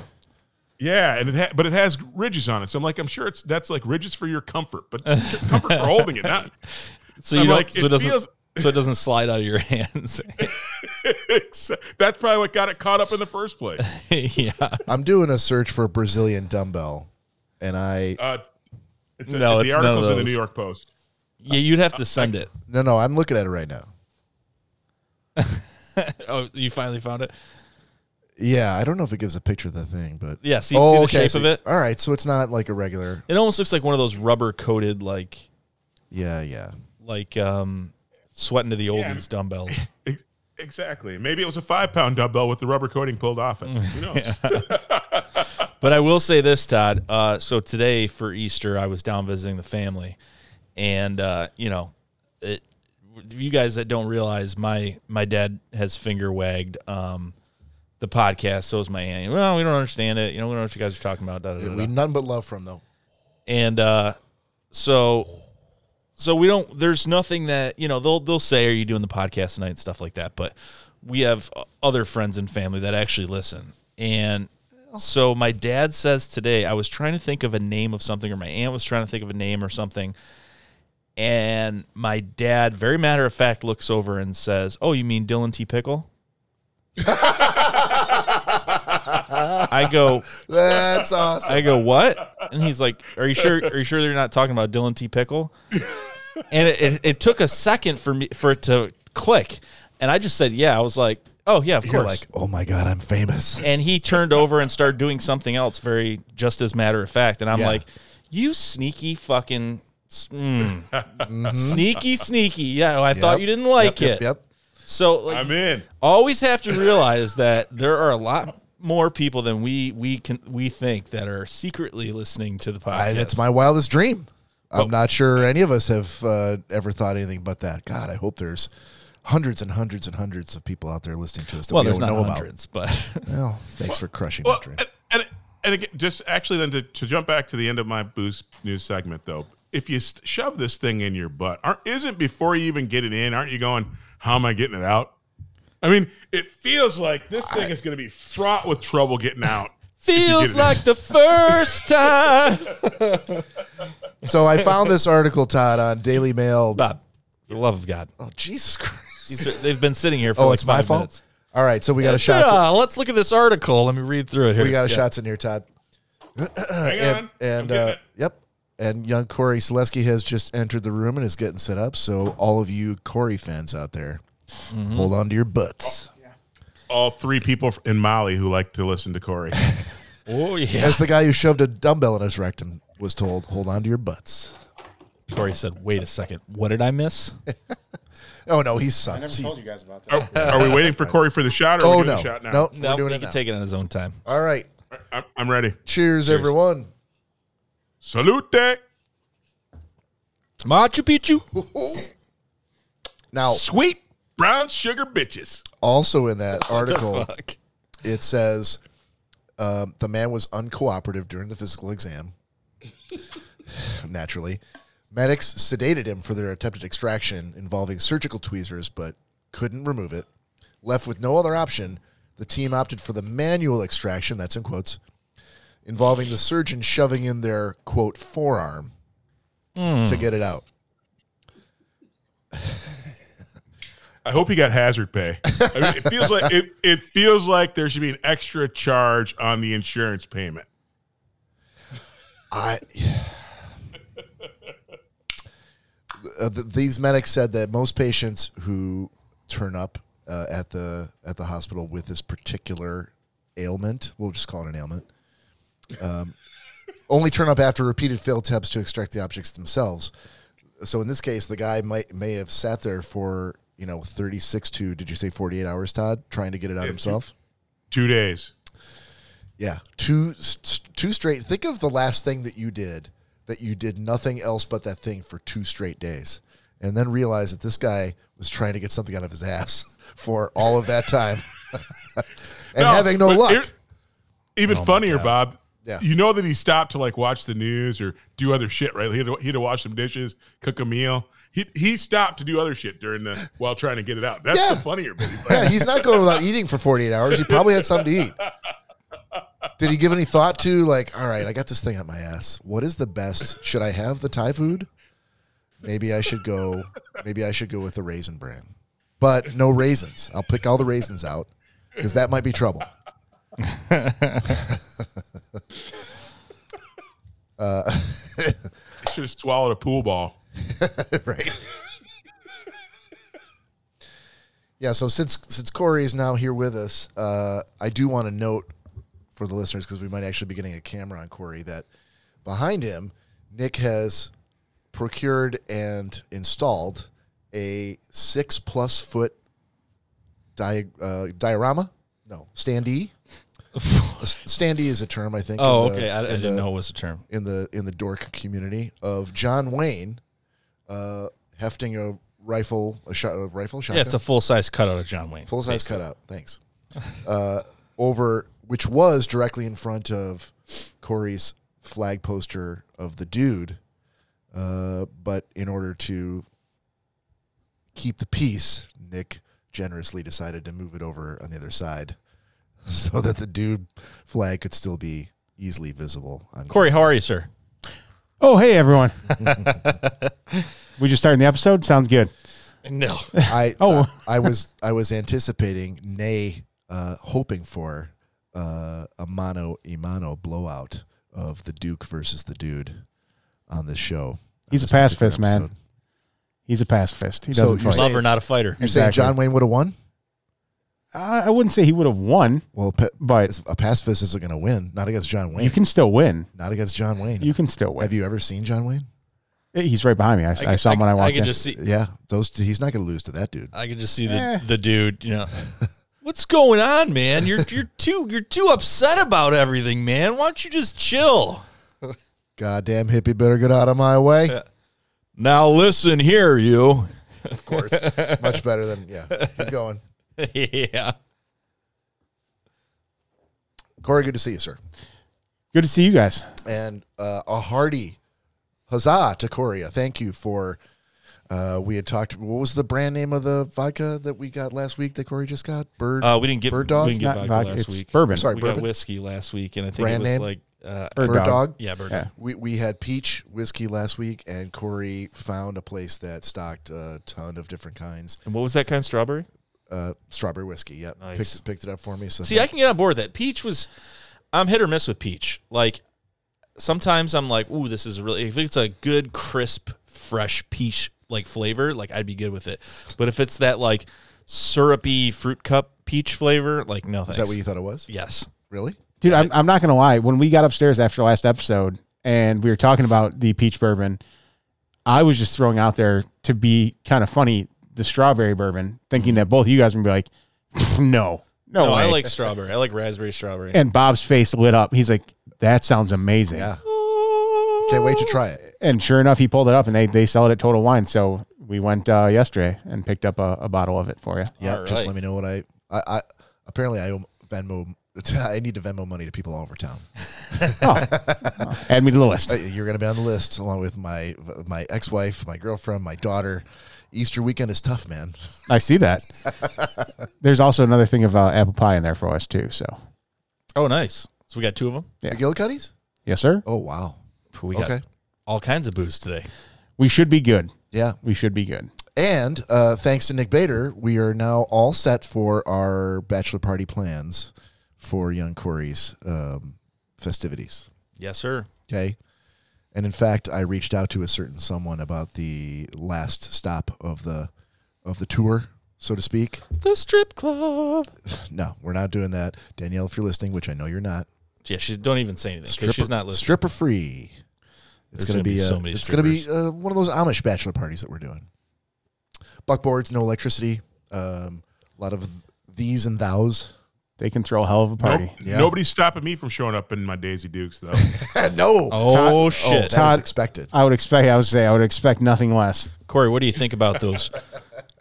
Yeah, and it ha- but it has ridges on it. So I'm like, I'm sure it's that's like ridges for your comfort, but [LAUGHS] comfort for holding it. Not [LAUGHS] So you I'm don't. like, so it it doesn't. feels- so it doesn't slide out of your [LAUGHS] hands. that's probably what got it caught up in the first place. yeah. I'm doing a search for Brazilian dumbbell, and I Uh, it's a, No, the it's none of article's in the those. New York Post. Yeah, you'd have to send it. no, no. I'm looking at it right now. Oh, you finally found it. Yeah, I don't know if it gives a picture of the thing, but Yeah, see- see the shape so- of it? All right, so it's not like a regular. It almost looks like one of those rubber coated like Yeah, yeah. like um sweating to the oldies dumbbells. Ex- Exactly. Maybe it was a five pound dumbbell with the rubber coating pulled off it. [LAUGHS] Who knows? But I will say this, Todd. Uh, so today for Easter, I was down visiting the family, and uh, you know, it, you guys that don't realize, my my dad has finger wagged um, the podcast. So is my aunt. Well, we don't understand it. You know, we don't know what you guys are talking about. Da, da, da, da. We nothing but love from though. and uh, so so we don't there's nothing that you know they'll they'll say are you doing the podcast tonight and stuff like that but we have uh, other friends and family that actually listen and so my dad says today i was trying to think of a name of something or my aunt was trying to think of a name or something and my dad very matter of fact looks over and says oh you mean dylan t pickle [LAUGHS] i go [LAUGHS] That's awesome. I go, what? And he's like, are you sure? Are you sure they're not talking about Dylan T. Pickle? And it, it, it took a second for me for it to click, and I just said, yeah. I was like, oh yeah, of You're course. like, oh my god, I'm famous. and he turned over and started doing something else, very just as matter of fact. And I'm Yeah. like, you sneaky fucking S- [LAUGHS] mm. sneaky, sneaky. Yeah, well, I thought you didn't like Mm-hmm. yep, it. Yep. So like, I'm in. always have to realize that there are a lot more people than we we can we think that are secretly listening to the podcast. I, That's my wildest dream. I'm not sure any of us have uh, ever thought anything but that. God, I hope there's hundreds and hundreds and hundreds of people out there listening to us that well, we there's don't not know [LAUGHS] hundreds, but about. Well, thanks for crushing Well, that dream. and, and, and again, just actually then to, to jump back to the end of my boost news segment though, if you st- shove this thing in your butt, aren't, isn't before you even get it in, aren't you going, how am I getting it out? I mean, it feels like this thing is going to be fraught with trouble getting out. feels it. like the first time. So [LAUGHS] I found this article, Todd, on Daily Mail. Bob, for the love of God, Oh, Jesus [LAUGHS] Christ. These are- they've been sitting here for Oh, like it's my five fault. minutes. All right, so we got a shot. Yeah, let's look at this article. Let me read through it here. We got a Yeah. shots in here, Todd. Hang [LAUGHS] and and on. I'm getting uh, it. yep. And young Corey Selesky has just entered the room and is getting set up. So all of you Corey fans out there, Mm-hmm. hold on to your butts. all three people in Mali who like to listen [LAUGHS] to Corey. Oh yeah. As the guy who shoved a dumbbell in his rectum was told, hold on to your butts. Corey said, "Wait a second. What did I miss?" Oh no, he sucks. He's- you guys about that. Are, are we waiting for Corey for the shot? Or are oh we doing no, the shot now? nope, No, we're doing he it now. can take it on his own time. All right, I'm, I'm ready. cheers, everyone. Salute. Machu Picchu. Now, Sweet brown sugar bitches. also in that article, it says um, the man was uncooperative during the physical exam. Naturally, medics sedated him for their attempted extraction involving surgical tweezers, but couldn't remove it. Left with no other option, the team opted for the manual extraction. That's in quotes, involving the surgeon shoving in their quote forearm to get it out. I hope he got hazard pay. I mean, it feels like it, it feels like there should be an extra charge on the insurance payment. I. Uh, th- these medics said that most patients who turn up uh, at the at the hospital with this particular ailment, we'll just call it an ailment, um, only turn up after repeated failed attempts to extract the objects themselves. So in this case, the guy might may have sat there for you know thirty six to did you say forty eight hours, Todd, trying to get it out Yes, himself. Two days. Yeah, two s- s- two straight. Think of the last thing that you did that you did nothing else but that thing for two straight days, and then realize that this guy was trying to get something out of his ass [LAUGHS] for all of that time, [LAUGHS] and having no but luck. here- even funnier, Bob. Yeah. You know that he stopped to like watch the news or do other shit, right? He had to, he had to wash some dishes, cook a meal. He he stopped to do other shit during the while trying to get it out. That's Yeah. the funnier bit. He's like, yeah, he's not going without eating for forty eight hours. He probably had something to eat. Did he give any thought to like, all right, I got this thing up my ass. What is the best? Should I have the Thai food? Maybe I should go. Maybe I should go with the raisin bran, but no raisins. I'll pick all the raisins out because that might be trouble. I should have swallowed a pool ball. [LAUGHS] right. Yeah, so since since Corey is now here with us, uh, I do want to note for the listeners because we might actually be getting a camera on Corey that behind him, Nick has procured and installed a six plus foot di- uh, diorama. No, [LAUGHS] standee. standee is a term I think. in Oh, the- okay. I, I in didn't the- know it was a term. in the in the dork community of John Wayne uh, hefting a rifle, a shot, a rifle shotgun, Yeah, it's a full size cutout of John Wayne. full size cutout. Thanks. [LAUGHS] Uh, over which was directly in front of Corey's flag poster of the dude, uh, but in order to keep the peace, Nick generously decided to move it over on the other side [LAUGHS] so that the dude flag could still be easily visible on Corey, how are you, sir? Oh, hey, everyone. [LAUGHS] we just starting the episode? Sounds good. No. I [LAUGHS] uh, Oh. I, was I was anticipating, nay, uh, hoping for uh, a mano imano blowout of the Duke versus the dude on this show. He's on this a particular pacifist, man. episode. He's a pacifist. He So doesn't you're fight. saying- Lover, not a fighter. You're saying Exactly. John Wayne would have won? I I wouldn't say he would have won, Well, pa- but a pacifist isn't going to win. Not against John you Wayne. can still win. Not against John Wayne. You can still win. Have you ever seen John Wayne? He's right behind me. I, I, saw him when I walked I can in. just see. Yeah, those two, he's not going to lose to that dude. I can just see the, Eh. the dude. You know, what's going on, man? You're you're too you're too upset about everything, man. Why don't you just chill? Goddamn hippie, better get out of my way. Now listen here, you. [LAUGHS] Of course, [LAUGHS] much better than yeah. Keep going, [LAUGHS] yeah. Corey. Good to see you, sir. Good to see you guys. and uh, a hearty huzzah to Coria. Thank you for. Uh, we had talked. What was the brand name of the vodka that we got last week that Corey just got? Bird. Uh, we didn't get Bird Dog's We didn't get Not vodka vodka, last it's week. bourbon. Sorry, we got bourbon? whiskey last week, and I think Brand it was name? like uh, Bird, Bird dog. Dog. yeah, bourbon. Yeah. We we had peach whiskey last week, and Corey found a place that stocked a ton of different kinds. And what was that kind of strawberry? Uh, strawberry whiskey. Yep. Nice. Picked, picked it up for me. So See, I can get on board with that. Peach was, I'm hit or miss with peach. Like sometimes I'm like, ooh, this is really. If it's a good crisp, fresh peach like flavor, like I'd be good with it. But if it's that like syrupy fruit cup peach flavor, like no, is thanks. that what you thought it was? Yes. Really? Dude, I'm, I'm not going to lie. When we got upstairs after last episode and we were talking about the peach bourbon, I was just throwing out there to be kind of funny the strawberry bourbon, thinking that both of you guys would be like, [LAUGHS] no, no, No, I way." like strawberry. I like raspberry strawberry. And Bob's face lit up. He's like, that sounds amazing. Yeah. Oh. Can't wait to try it. And sure enough, he pulled it up and they, they sell it at Total Wine. So we went uh, yesterday and picked up a, a bottle of it for you. Yeah. All Just right. let me know what I. I, I apparently I owe Venmo. [LAUGHS] I need to Venmo money to people all over town. Add me to the list. Uh, You're going to be on the list along with my my ex-wife, my girlfriend, my daughter. Easter weekend is tough, man. I see that. There's also another thing of uh, apple pie in there for us, too. So, oh, nice. So we got two of them. Yeah. The Gillicuddies? yes, sir. Oh wow. We got Okay. all kinds of booze today. We should be good. Yeah. We should be good. And uh, thanks to Nick Bader, we are now all set for our bachelor party plans for young Corey's um, festivities. Yes, sir. Okay. And in fact, I reached out to a certain someone about the last stop of the of the tour, so to speak. The strip club. [SIGHS] No, we're not doing that. Danielle, if you're listening, which I know you're not, Yeah, she don't even say anything stripper, because she's not listening. stripper free. It's There's gonna, gonna be be, uh, so many it's gonna be strippers. uh, one of those Amish bachelor parties that we're doing. Buckboards, no electricity. Um, a lot of these and thous. [LAUGHS] They can throw a hell of a party. Nope. Yeah. Nobody's stopping me from showing up in my Daisy Dukes [LAUGHS] though. no, Oh that shit, is Todd- expected. I would expect. I would say. I would expect nothing less. Corey, what do you think about those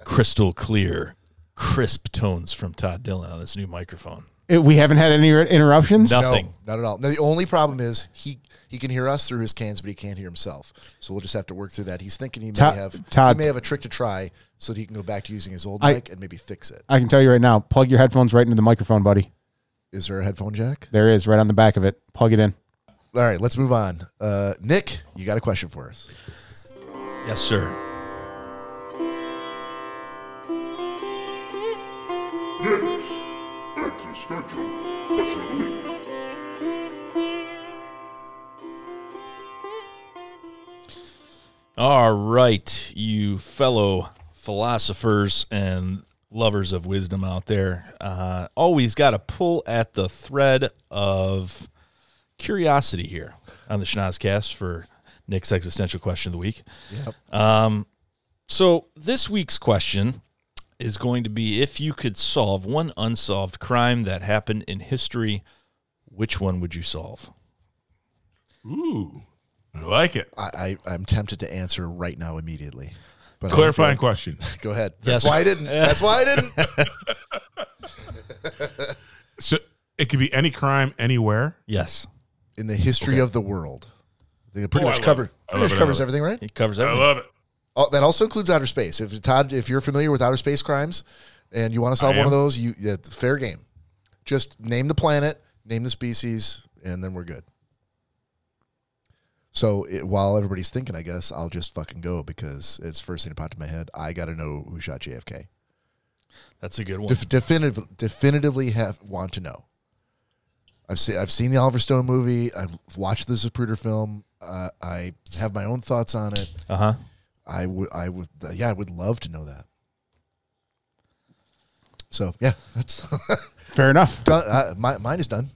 crystal clear, crisp tones from Todd Dillon on his new microphone? It- we haven't had any interruptions. No. No, Nothing. not at all. Now, the only problem is he he can hear us through his cans, but he can't hear himself. So we'll just have to work through that. He's thinking he may Todd- have Todd- he may have a trick to try so that he can go back to using his old I- mic and maybe fix it. I can tell you right now. Plug your headphones right into the microphone, buddy. Is there a headphone jack? There is right on the back of it. Plug it in. All right, let's move on. Uh, Nick, you got a question for us? Yes, sir. All right, you fellow philosophers and lovers of wisdom out there, uh, always got to pull at the thread of curiosity here on the Schnozcast for Nick's existential question of the week. So this week's question is going to be if you could solve one unsolved crime that happened in history, which one would you solve? Ooh, I like it. I, I I'm tempted to answer right now immediately. But I don't Clarifying feel question. like- Go ahead. That's Yes. why I [LAUGHS] didn't. That's why I didn't. So it could be any crime anywhere. Yes. In the history of the world, I think it pretty Oh, I much love covered. it. I Pretty love much it, I covers love it. everything, right? It covers I everything. love it. Oh, that also includes outer space. If Todd, if you're familiar with outer space crimes, and you want to solve I one am. of those, you yeah, fair game. Just name the planet, name the species, and then we're good. So it, while everybody's thinking, I guess I'll just fucking go because it's first thing that popped in my head. I got to know who shot JFK. Uh, That's a good one. Def- definitive, definitively have want to know. I've seen I've seen the Oliver Stone movie. I've watched the Zapruder film. Uh, I have my own thoughts on it. Uh huh. I would, I would, yeah, I would love to know that. So yeah, that's [LAUGHS] Fair enough. done. Uh, my, mine is done.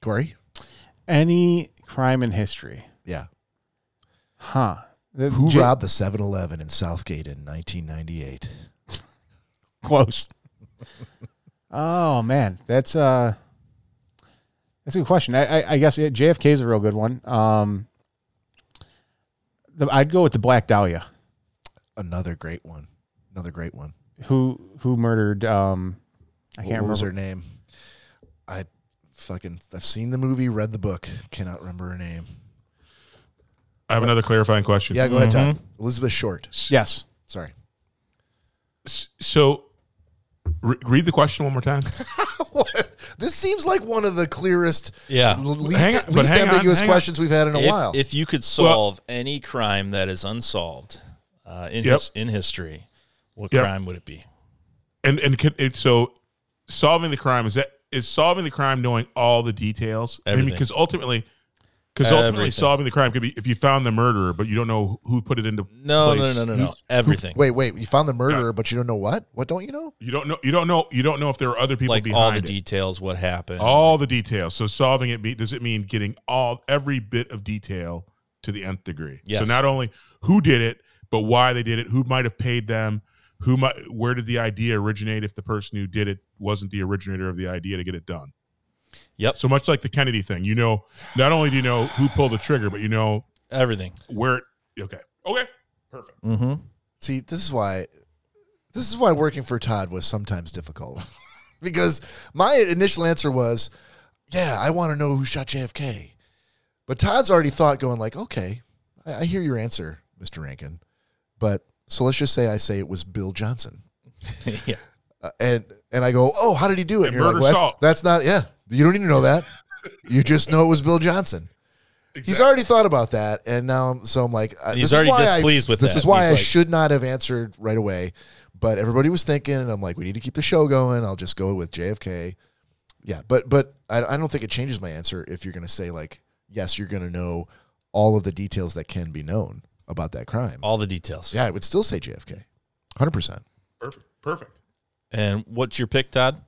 Corey, Any crime in history. yeah, Huh. The- Who J- robbed the 7 Eleven in Southgate in 1998? [LAUGHS] Close. oh man, that's uh, that's a good question. I I, I guess it, JFK is a real good one. Um, the, I'd go with the Black Dahlia, Another great one. Another great one. who who murdered. Um, I can't what was remember. her name. I fucking I've seen the movie, read the book, cannot remember her name. I have another clarifying question. Yeah, go ahead, Todd. Mm-hmm. Elizabeth Short. Yes. Sorry. [LAUGHS] S- So, re- read the question one more time. What? This seems like one of the clearest, Yeah. l- least, Hang on, but least hang on, ambiguous hang on. questions we've had in a if, while. if you could solve any crime that is unsolved uh, in Yep. his, in history, what Yep. crime would it be? And and can, it, so, solving the crime is that is solving the crime knowing all the details. I mean, Everything. because ultimately, because ultimately, Everything. solving the crime could be if you found the murderer, but you don't know who put it into No, no, place. no, no, You- no. Everything. wait, wait, you found the murderer, but you don't know what? What don't you know? You don't know. You don't know. You don't know if there are other people like behind all the it. details, what happened. all the details. So solving it be, does it mean getting all every bit of detail to the nth degree? So Yes. not only who did it, but why they did it, who might have paid them, who might, where did the idea originate? If the person who did it wasn't the originator of the idea to get it done. Yep. So much like the Kennedy thing, you know, not only do you know who pulled the trigger, but you know Everything. where. It, okay. Okay. Perfect. Mm-hmm. See, this is why this is why working for Todd was sometimes difficult. [LAUGHS] because my initial answer was, yeah, I want to know who shot JFK. But Todd's already thought going like, okay, I, I hear your answer, Mr. Rankin. But so let's just say I say it was Bill [LAUGHS] Johnson. yeah. Uh, and and I go, oh, how did he do it? And you're like, murder well, solved. that's, that's not, yeah, you don't need to know that. you just know it was Bill Johnson. He's Exactly. already thought about that, and now I'm, so I'm like, uh, He's this already is why displeased I, with this that. is why He's I like- should not have answered right away, but everybody was thinking, and I'm like, we need to keep the show going. I'll just go with JFK. Yeah, but but I, I don't think it changes my answer if you're going to say like, yes, you're going to know all of the details that can be known about that crime. All the details. Yeah, I would still say JFK, hundred percent. Perfect. Perfect. And what's your pick, Todd?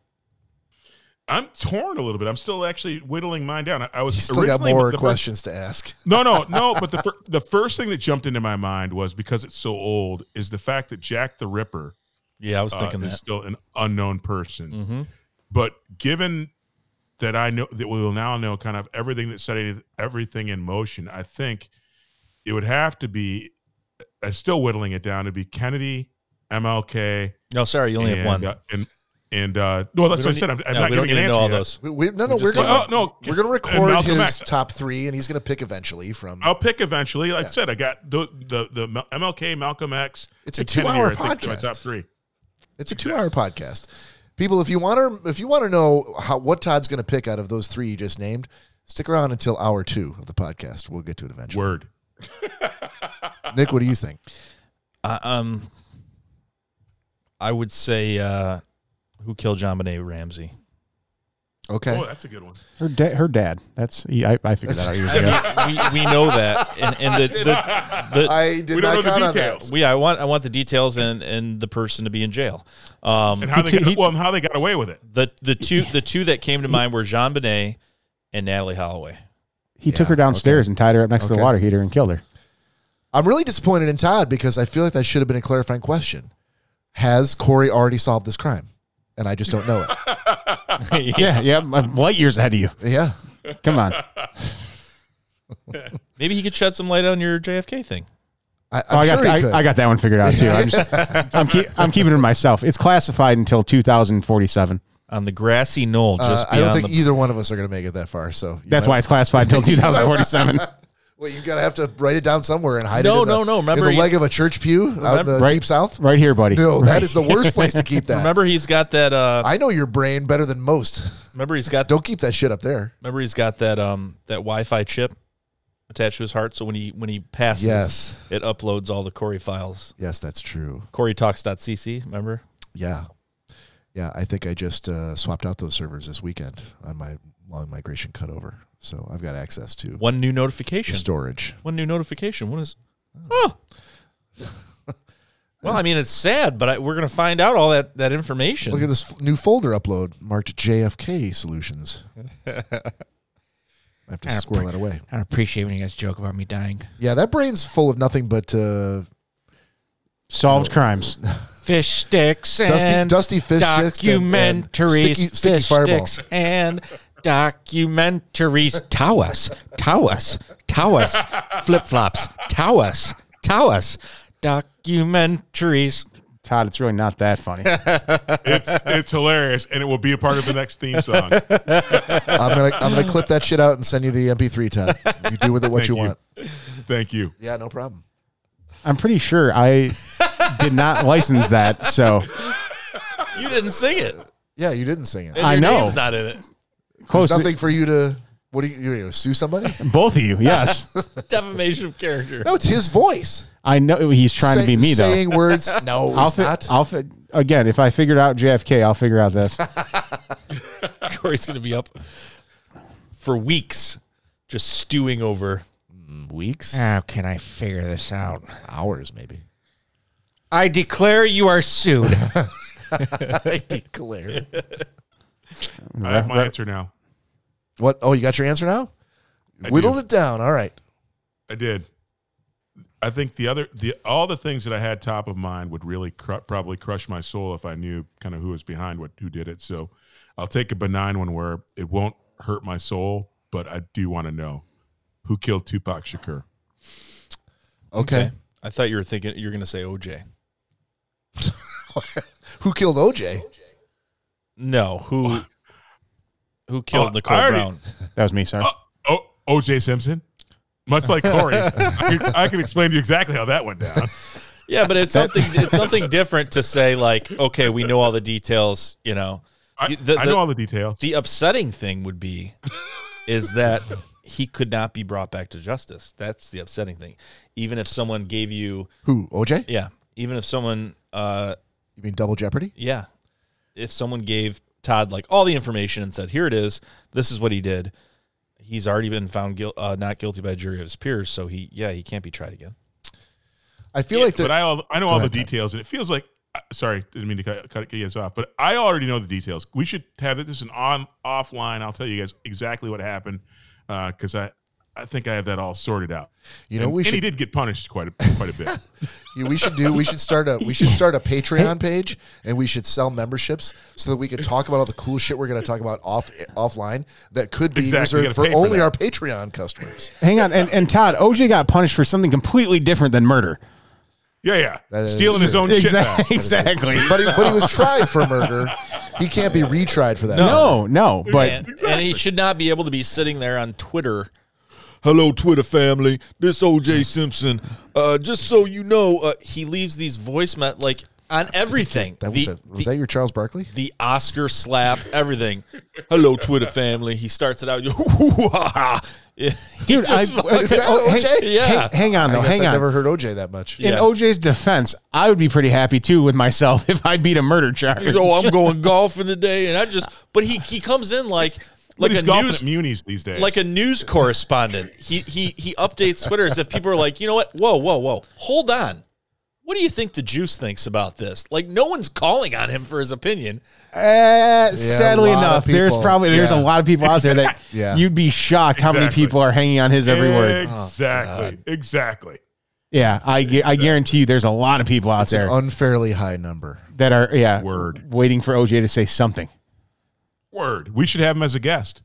I'm torn a little bit. I'm still actually whittling mine down. I, I was You still got originally- more the first- questions to ask. No, no, no. But the fir- the first thing that jumped into my mind was because it's so old is the fact that Jack the Ripper Yeah, I was uh, thinking is that. still an unknown person. Mm-hmm. But given that I know that we will now know kind of everything that set any- everything in motion, I think it would have to be. I'm still whittling it down to be Kennedy, MLK, No, sorry, you only and, have one. uh, and and uh, well, that's We what I don't said. I'm, need- I'm no, not we don't giving need an to answer. know all yet. those. We, we, no, no, We're we're just gonna gonna- Oh, no, we're gonna and record Malcolm his X. top three, and he's gonna pick eventually from. I'll pick eventually. Like I said, I got the the, the MLK, Malcolm X. It's a and Kennedy two-hour are, I think, My podcast. top three. It's a two-hour podcast. People, if you want to, if you want to know how what Todd's going to pick out of those three you just named, stick around until hour two of the podcast. We'll get to it eventually. Word. Nick, what do you think? I, um, I would say uh, who killed JonBenet Ramsey? Okay, Oh, that's a good one. Her da- her dad. That's he, I, I figured that out [LAUGHS] years ago. we, we know that, and, and the, the, the I did We not don't know the count on details. that. we I want I want the details and and the person to be in jail. Um, And how they He- got, he- well, and how they got away with it. the the two the two that came to mind were Jean Benet and Natalie Holloway. He took Yeah, her downstairs and tied her up next to Okay. the water heater and killed her. I'm really disappointed in Todd because I feel like that should have been a clarifying question. Has Corey already solved this crime? And I just don't know it. Yeah, [LAUGHS] yeah. I'm light years ahead of you. yeah, Come on. Maybe he could shed some light on your JFK thing. I, I'm Oh, I got sure th- he could. I, I got that one figured out too. [LAUGHS] I'm just, I'm, keep, I'm keeping it myself. It's classified until 2047. On the grassy knoll Uh, just I beyond don't think the either one of us are going to make it that far. So you That's might- why it's classified [LAUGHS] until 2047. Well, you gotta have to write it down somewhere and hide it. No, in the- no, no. Remember in the you- leg of a church pew out in the Right. deep south. right here, buddy. No, Right. that is the worst place to keep that. Remember he's got that uh I know your brain better than most. remember he's got Don't keep that shit up there. remember he's got that um that Wi-Fi chip attached to his heart so when he when he passes Yes. it uploads all the Corey files. Yes, that's true. CoreyTalks.cc, remember? Yeah, yeah. I think I just uh, swapped out those servers this weekend on my long migration cutover, so I've got access to One new notification. storage. One new notification. What is Oh. Well, I mean, it's sad, but I, we're going to find out all that, that information. Look at this f- new folder upload marked JFK Solutions. I have to Kinda squirrel br- that away. I don't appreciate when you guys joke about me dying. Yeah, that brain's full of nothing but uh, Solved crimes. Fish sticks and dusty, dusty fish sticks and- and documentaries. sticky, sticky fish fireball. sticks and documentaries. Tow us, tow us, tow us. Flip flops, tow us, tow us. Documentaries. Todd, it's really not that funny. [LAUGHS] It's it's hilarious, and it will be a part of the next theme song. Thank I'm gonna I'm gonna clip that shit out and send you the MP3 tab. You do with it what you, you. want. Thank you. Yeah, no problem. I'm pretty sure I did not license that. So You didn't sing it. Yeah, you didn't sing it. And I your know. name's not in it. close. There's nothing for you to. What do you, you're gonna sue somebody? Both of you, yes. [LAUGHS] Defamation of character. [LAUGHS] No, it's his voice. I know he's trying to Say- be me though. Saying [LAUGHS] words. No, I'll, he's fi- not. I'll fi- again. If I figured out JFK, I'll figure out this. Corey's going to be up for weeks, just stewing over. Mm, Weeks, How can I figure this out? hours, [LAUGHS] maybe. I declare you are sued. [LAUGHS] I declare. I have my answer now. What? Oh, you got your answer now. I Whittled do. it down. All right. I did. I think the other the all the things that I had top of mind would really cru- probably crush my soul if I knew kind of who was behind what who did it. So I'll take a benign one where it won't hurt my soul, but I do want to know who killed Tupac Shakur. Okay. I thought you were thinking you're going to say OJ. [LAUGHS] Who killed OJ? No, who who killed Oh, Nicole I already- Brown? That was me, sorry. Oh, OJ Simpson, much [LAUGHS] like Corey, I, could, I can explain to you exactly how that went down. Yeah, but it's something it's something different to say like, okay, we know all the details, you know. I, The- the- I know all the details. The upsetting thing would be is that he could not be brought back to justice. That's the upsetting thing. Even if someone gave you Who? OJ? yeah, even if someone uh You mean Double Jeopardy? yeah, if someone gave Todd like all the information and said, "Here it is. This is what he did." He's already been found guil- uh, not guilty by a jury of his peers, so he yeah, he can't be tried again. I feel Yeah, like but that. I all, I know all ahead, the Pat. details, and it feels like uh, sorry, didn't mean to cut, cut you guys off, but I already know the details. We should have this an on offline. I'll tell you guys exactly what happened because I. I think I have that all sorted out. You know, and, we and he should did get punished quite a quite a [LAUGHS] bit. Yeah, we should do. We should start a. We [LAUGHS] should start a Patreon page, and we should sell memberships so that we can talk about all the cool shit we're going to talk about off offline that could be Exactly, you reserved for gotta pay for only that. our Patreon customers. Hang on, and, and Todd, OJ got punished for something completely different than murder. yeah, yeah, That is stealing his true. own shit. Exactly. back. [LAUGHS] exactly. But he, but he was tried for murder. He can't [LAUGHS] be retried for that. no, no, but and, and he should not be able to be sitting there on Twitter. Hello, Twitter family. This OJ Simpson. Uh, just so you know, uh, he leaves these voice met like on everything. That the, was a, was that your Charles Barkley? the Oscar slap, [LAUGHS] everything. Hello, Twitter family. He starts it out. [LAUGHS] He dude, I, just- Is that oh, hang- OJ? Yeah. hang- hang on I though, guess hang I on. never heard OJ that much. In Yeah. OJ's defense, I would be pretty happy too with myself [LAUGHS] if I beat a murder charge. He's, oh, I'm going golfing today, and I just. But he he comes in like But like he's a golfing news at Muni's these days. like a news correspondent. He he he updates Twitter as if people are like, you know what? Whoa, whoa, whoa. Hold on. What do you think the juice thinks about this? Like no one's calling on him for his opinion. [LAUGHS] Eh, sadly lot of enough, there's people. probably there's Yeah. a lot of people out there that [LAUGHS] Yeah. you'd be shocked how many Exactly. people are hanging on his every word. Oh, Exactly, exactly. Yeah, I, gu- I guarantee you, there's a lot of people out It's there an unfairly high number. that are yeah Word. waiting for OJ to say something. Word. We should have him as a guest.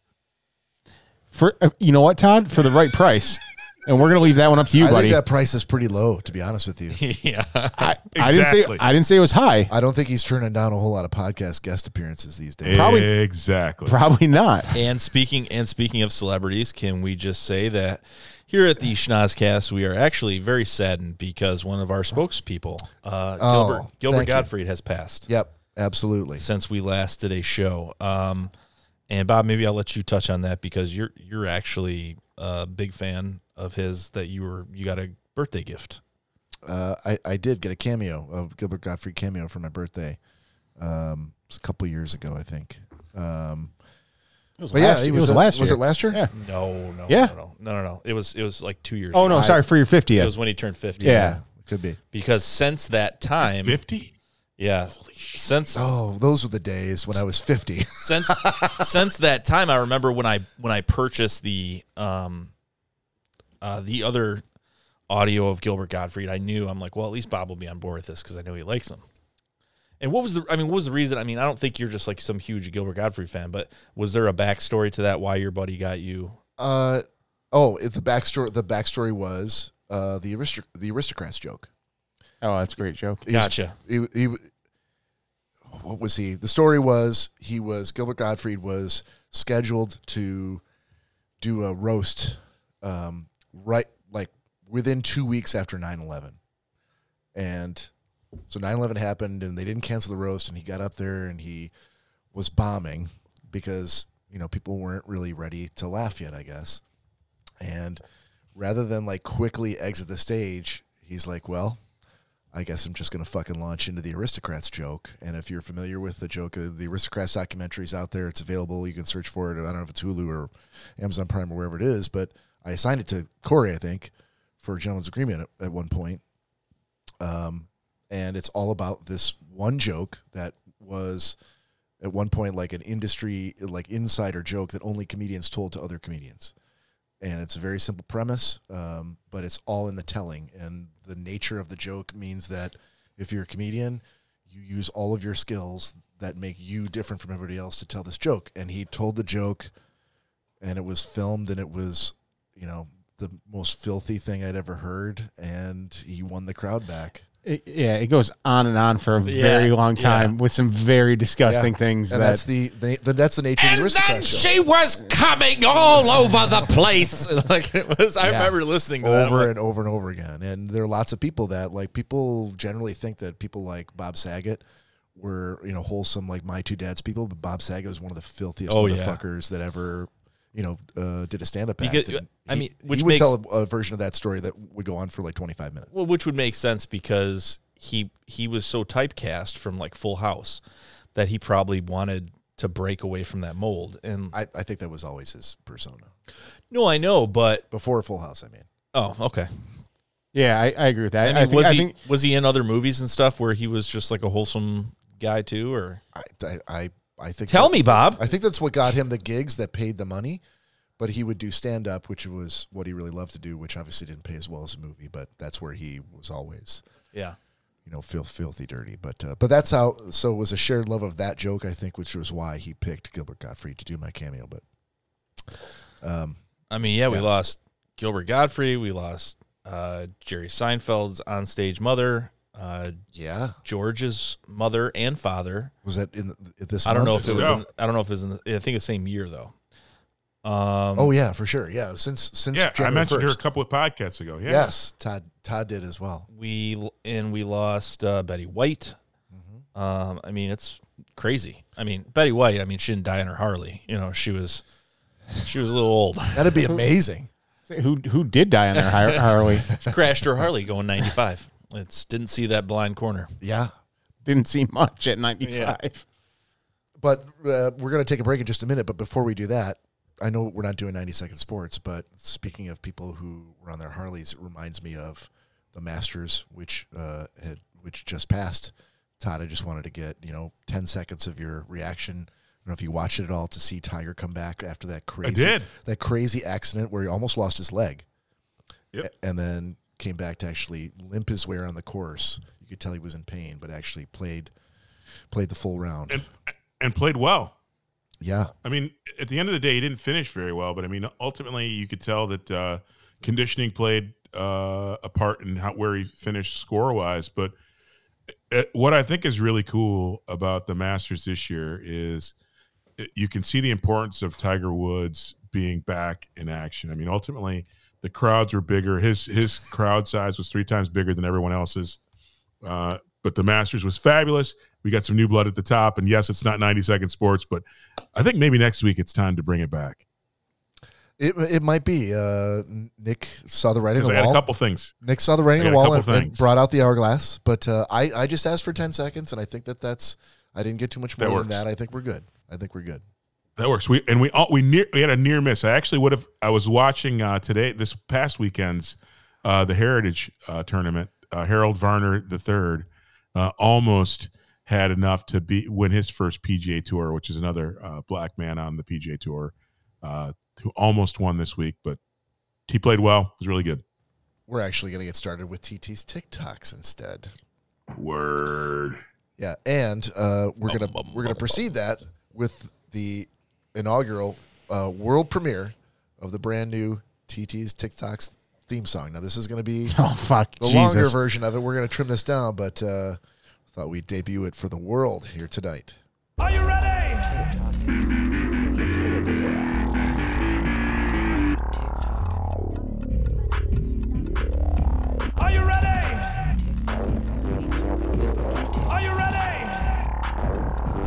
For uh, you know what, Todd, for the right price, and we're gonna leave that one up to you, I buddy. think that price is pretty low, to be honest with [LAUGHS] you. yeah. I, I didn't say Exactly. I didn't say it was high. I don't think he's turning down a whole lot of podcast guest appearances these days. Probably- exactly. Probably not. And speaking and speaking of celebrities, can we just say that here at the Schnozcast we are actually very saddened because one of our spokespeople, uh, Oh, Gilbert, Gilbert thank you. Gottfried, has passed. Yep, absolutely. since we last did a show. Um, and Bob, maybe I'll let you touch on that because you're you're actually a big fan of his. That you were you got a birthday gift. uh, I, I did get a cameo of Gilbert Gottfried cameo for my birthday. Um, it was a couple years ago, I think. Um, but last- yeah, he it was, was a- last Was year. it last year? Yeah. No, no, Yeah. no, no, no, no, no. It was it was like two years. Oh ago. no, sorry for your It fiftieth. was when he turned fifty. Yeah. it could be. because since that time, Fifty. Yeah. Since Oh, those were the days when I was 50. since since that time, I remember when I when I purchased the um uh the other audio of Gilbert Gottfried, I knew I'm like, well, at least Bob will be on board with this because I know he likes him. And what was the? I mean, what was the reason? I mean, I don't think you're just like some huge Gilbert Gottfried fan, but was there a backstory to that? Why your buddy got you? [LAUGHS] Uh, oh, it, the backstory. The backstory was uh, the aristo- the aristocrats joke. Oh, that's a great joke. He's- Gotcha. He, he, what was he? The story was he was Gilbert Gottfried was scheduled to do a roast, um, right like within two weeks after 9-11. and so 9-11 happened, and they didn't cancel the roast, and he got up there and he was bombing because you know people weren't really ready to laugh yet, I guess. And rather than like quickly exit the stage, he's like, "Well, I guess I'm just going to fucking launch into the aristocrats joke. And if you're familiar with the joke, uh, the aristocrats documentary is out there. It's available. You can search for it. I don't know if it's Hulu or Amazon Prime or wherever it is, but I assigned it to Corey, I think, for Gentleman's Agreement at, at one point. Um, and it's all about this one joke that was at one point like an industry, like insider joke that only comedians told to other comedians and it's a very simple premise, um, but it's all in the telling. And the nature of the joke means that if you're a comedian, you use all of your skills that make you different from everybody else to tell this joke. And he told the joke, and it was filmed, and it was, you know, the most filthy thing I'd ever heard. And he won the crowd back. It, yeah, it goes on and on for a very long time with some very disgusting things. And that, that's the, the, the that's the nature of the And then aristocrat joke. she was coming all over the [LAUGHS] place. like it was. I Yeah. remember listening to that. Uh, I'm over like, and over and over again. And there are lots of people that like people generally think that people like Bob Saget were you know wholesome like my two dads people, but Bob Saget was one of the filthiest Oh, yeah. motherfuckers that ever you know uh, did a stand up act. Because- And I he- mean, he which would makes- tell a, a version of that story that would go on for like twenty five minutes. Well, which would make sense because he he was so typecast from like Full House that he probably wanted to break away from that mold. And I, I think that was always his persona no, I know, but before Full House. I mean, oh, okay. yeah, I, I agree with that. I I, mean, think, was I he think was he in other movies and stuff where he was just like a wholesome guy too? Or I I I, I think tell that- me, Bob. I think that's what got him the gigs that paid the money. But he would do stand up, which was what he really loved to do, which obviously didn't pay as well as a movie. But that's where he was always, Yeah, you know, feel filthy dirty. But uh, but that's how. So it was a shared love of that joke, I think, which was why he picked Gilbert Gottfried to do my cameo. But um, I mean, yeah, we Yeah. lost Gilbert Godfrey, we lost uh, Jerry Seinfeld's onstage mother, uh, yeah, George's mother and father. was that in the, this? I don't know month? if it was. Yeah. In, I don't know if it was. In, the- I think the same year though. Um, Oh yeah, for sure. Yeah, since since Yeah, I January mentioned her a 1st. couple of podcasts ago. Yeah. Yes, Todd Todd did as well. we l- and we lost uh, Betty White. Mm-hmm. Um, I mean, it's crazy. I mean, Betty White. I mean, she didn't die in her Harley. You know, she was she was a [LAUGHS] little old. That'd be amazing. who who did die on their [LAUGHS] Har- Harley Crashed her Harley going ninety five. It's didn't see that blind corner. Yeah, didn't see much at ninety five. but uh, we're going to take a break in just a minute. But before we do that, I know we're not doing 90 second sports, but speaking of people who were on their Harleys, it reminds me of the Masters, which uh, had which just passed. Todd, I just wanted to get you know 10 seconds of your reaction. I don't know if you watched it at all to see Tiger come back after that crazy did. that crazy accident where he almost lost his leg, Yep. A- and then came back to actually limp his way around the course. You could tell he was in pain, but actually played played the full round. And, and played well. yeah. I mean, at the end of the day, he didn't finish very well, but I mean, ultimately, you could tell that uh, conditioning played uh, a part in how, where he finished score wise. But uh, what I think is really cool about the Masters this year is uh, you can see the importance of Tiger Woods being back in action. I mean, ultimately, the crowds were bigger. His his crowd size was three times bigger than everyone else's. Uh, but the Masters was fabulous. We got some new blood at the top, and yes, it's not 90 second sports, but I think maybe next week it's time to bring it back. It, it might be. Uh, Nick saw the writing on Because I the had a wall. couple things. Nick saw the writing I on the got a wall and, couple and things. brought out the hourglass. But uh, I, I just asked for 10 seconds, and I think that that's, I didn't get too much That more than works. that. I think we're good. I think we're good. That works. We and we all we near we had a near miss. I actually would have. I was watching uh, today this past weekend's uh, the Heritage uh, tournament. Uh, Harold Varner the third uh, almost had enough to be win his first PGA Tour, which is another uh, black man on the PGA Tour uh, who almost won this week, but he played well. It was really good. We're actually going to get started with TT's TikToks instead. Word. Yeah, and uh, we're gonna bum, we're gonna bum, proceed that with the inaugural uh, world premiere of the brand new TT's TikToks theme song. Now this is gonna be Oh fuck, the longer Jesus! version of it. We're gonna trim this down, but uh, thought we'd debut it for the world here tonight. Are you ready? Are you ready? Are you ready?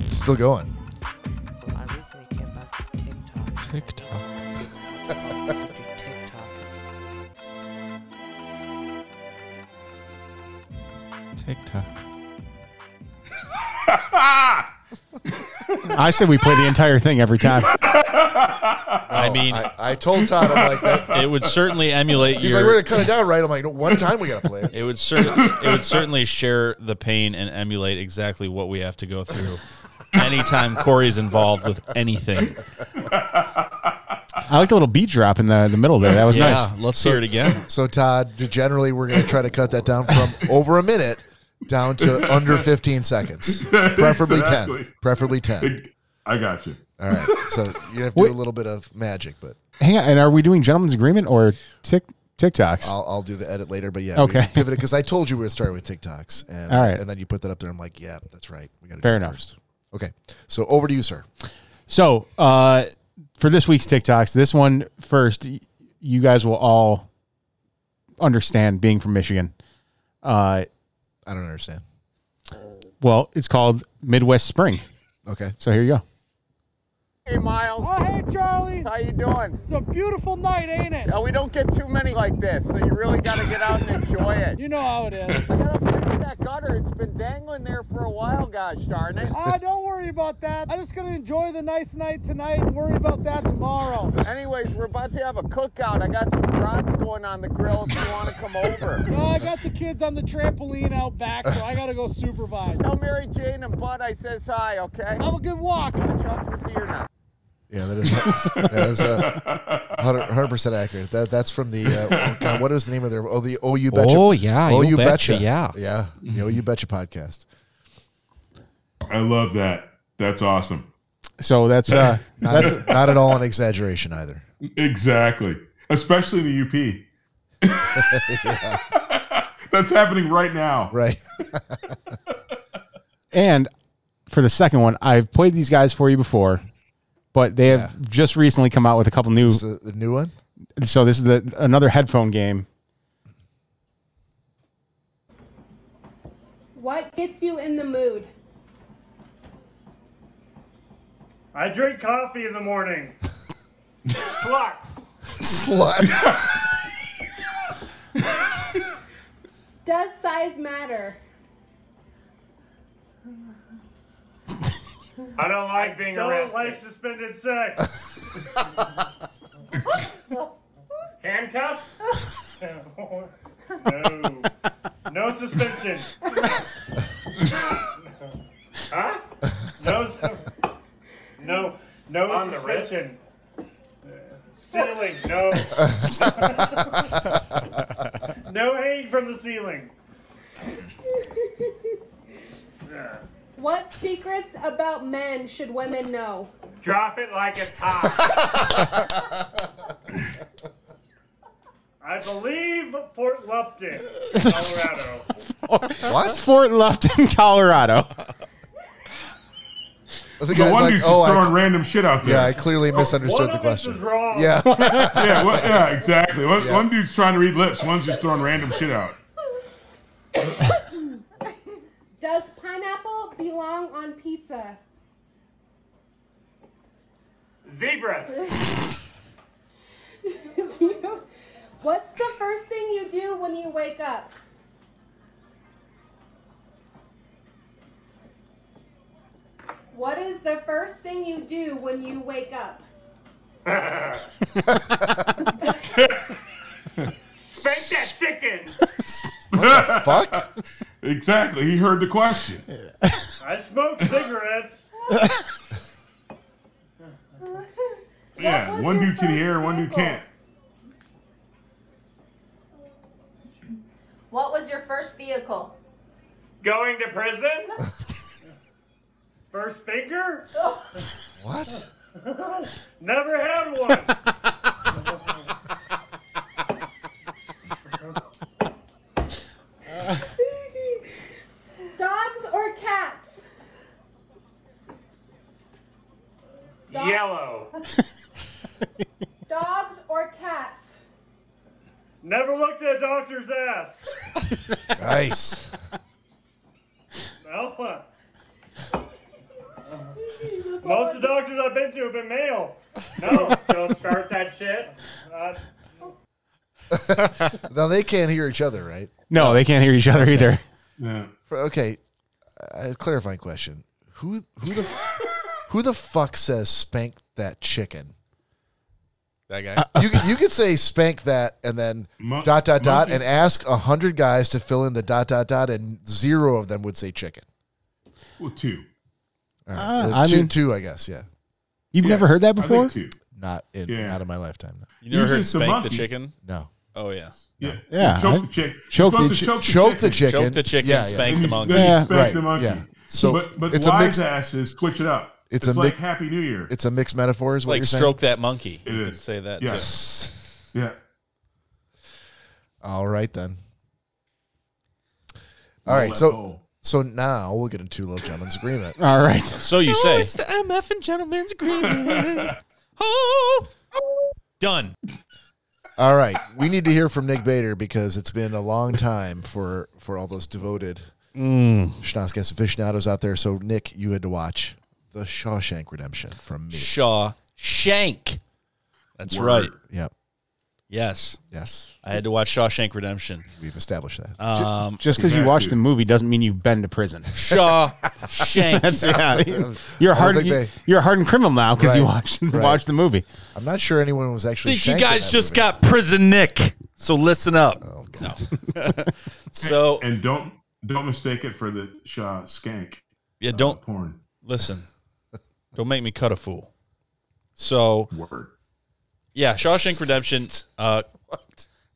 It's still going. TikTok. I said we play the entire thing every time. I mean, Oh, I, I told Todd I'm like that. it [LAUGHS] would certainly emulate He's your. like, we're gonna cut it down, right? I'm like, no, one time we gotta play it. it would certainly it would certainly share the pain and emulate exactly what we have to go through anytime Corey's involved with anything. I like the little beat drop in the the middle there. That was yeah, nice. let's hear it again. So Todd, generally we're gonna try to cut that down from over a minute down to under 15 [LAUGHS] seconds, preferably 10, Exactly. preferably 10. I got you. All right. So you have to do Wait. a little bit of magic, but Hang on, and are we doing gentleman's agreement or tick TikToks? I'll, I'll do the edit later. But yeah, we Okay. pivot it because I told you we were starting with TikToks, and All right. and then you put that up there. I'm like, yeah, that's right. We got to Fair do it enough. First. Okay, so over to you, sir. So, uh, for this week's TikToks, this one first, y- you guys will all understand being from Michigan. Uh, I don't understand. well, it's called Midwest Spring. Okay, So here you go. Hey Miles, Oh, hey, Charlie. how you doing? It's a beautiful night, ain't it? Uh, we don't get too many like this, so you really got to get out and enjoy it. You know how it is. I gotta fix that gutter. It's been dangling there for a while. Gosh darn it. Ah, don't worry about that. I'm just gonna enjoy the nice night tonight and worry about that tomorrow. Anyways, we're about to have a cookout. I got some brats going on the grill. If you want to come over. [LAUGHS] No, I got the kids on the trampoline out back, so I gotta go supervise. Tell Mary Jane and Bud I says hi. Okay. Have a good walk. Watch out for deer now. yeah, that is [LAUGHS] that is uh, hundred percent accurate. That that's from the uh, oh God, what is the name of their oh the oh you betcha Oh, yeah, oh You you Betcha, betcha, yeah. yeah the oh you betcha podcast. I love that. That's awesome. So that's uh, that's Not, not at all an exaggeration either. [LAUGHS] Exactly. Especially in the UP. That's happening right now. Right. and for the second one, I've played these guys for you before, but they have just recently come out with a couple new. Is the, the new one? So this is the another headphone game. What gets you in the mood? I drink coffee in the morning. Sluts. Sluts. Does size matter? I don't like being don't like suspended sex. [LAUGHS] Handcuffs? no. No suspension. huh? No. No. No suspension. Ceiling. [LAUGHS] No. no hang from the ceiling. What secrets about men should women know? Drop it like it's hot. I believe Fort Lupton, Colorado. what? Fort Lufton, [LAUGHS] Colorado. The No guy's wonder like, you're just oh, throwing I, random shit out yeah, I there. clearly misunderstood One the of us is question. wrong. Yeah. Yeah, [LAUGHS] yeah, one, yeah exactly. One, one dude's trying to read lips. One's just throwing random shit out. belong on pizza? [LAUGHS] Zebras. What's the first thing you do when you wake up? What is the first thing you do when you wake up? Spank that chicken. fuck? exactly. He heard the question. I smoke cigarettes. yeah, one dude can hear, one dude can't. What was your first vehicle? Going to prison. First finger. What? Never had one. Dogs or cats? Yellow. Dogs or cats? Never looked at a doctor's ass. Nice. Well, uh, most of the doctors I've been to have been male. No, don't start that shit. Uh, now they can't hear each other, right? No, they can't hear each other either. For- Okay, a clarifying question: Who who the [LAUGHS] f- who the fuck says spank that chicken? That guy. You could- you could say spank that and then dot dot dot and ask a hundred guys to fill in the dot dot dot and zero of them would say chicken. Well, two. All right. Ah, Uh, I two, mean- two, I guess. Yeah, You've never heard that I think before? two. not in Yeah. not in my lifetime. No. You never Usually heard it's the spank the monkey. chicken? No. Oh yeah. Yeah. Yeah, Choke I- the chick. choke You're supposed the to chi- Choke the chicken. Choke the chicken, Yeah, yeah. spank Then [LAUGHS] the you- monkey. Then Yeah, you spank right, the monkey. yeah. So- but but it's a mix- wise asses switch it up. It's It's, a like mix- Happy New Year. It's a mixed metaphor, is what Like you're stroke that monkey. It You is. could Say that. Yeah. too. yeah. saying. All right then. All Roll right, that so ball. so now we'll get into Little Gentleman's agreement. All right. So you say. Oh, the MF and Gentleman's Agreement. [LAUGHS] Oh. Done. All right, we need to hear from Nick Bader because it's been a long time for for all those devoted Mm. Schnauzcast aficionados out there. So Nick, you had to watch The Shawshank Redemption from me. Shaw Shank. That's Word. right. Yep. Yes. Yes, I had to watch Shawshank Redemption. we've established that. Um, Just because you Exactly. watched the movie doesn't mean you've been to [LAUGHS] prison. [LAUGHS] Shawshank. yeah, you're a I don't think hardened. You, they- are a hardened criminal now because you Right, watched right. watched the movie. I'm not sure anyone was actually. think you shanked in guys that just movie. Oh, got prison Nick. So listen up. No. [LAUGHS] so And don't don't mistake it for the Shaw skank yeah, don't porn listen. Don't make me cut a fool. So word. yeah, Shawshank Redemption uh,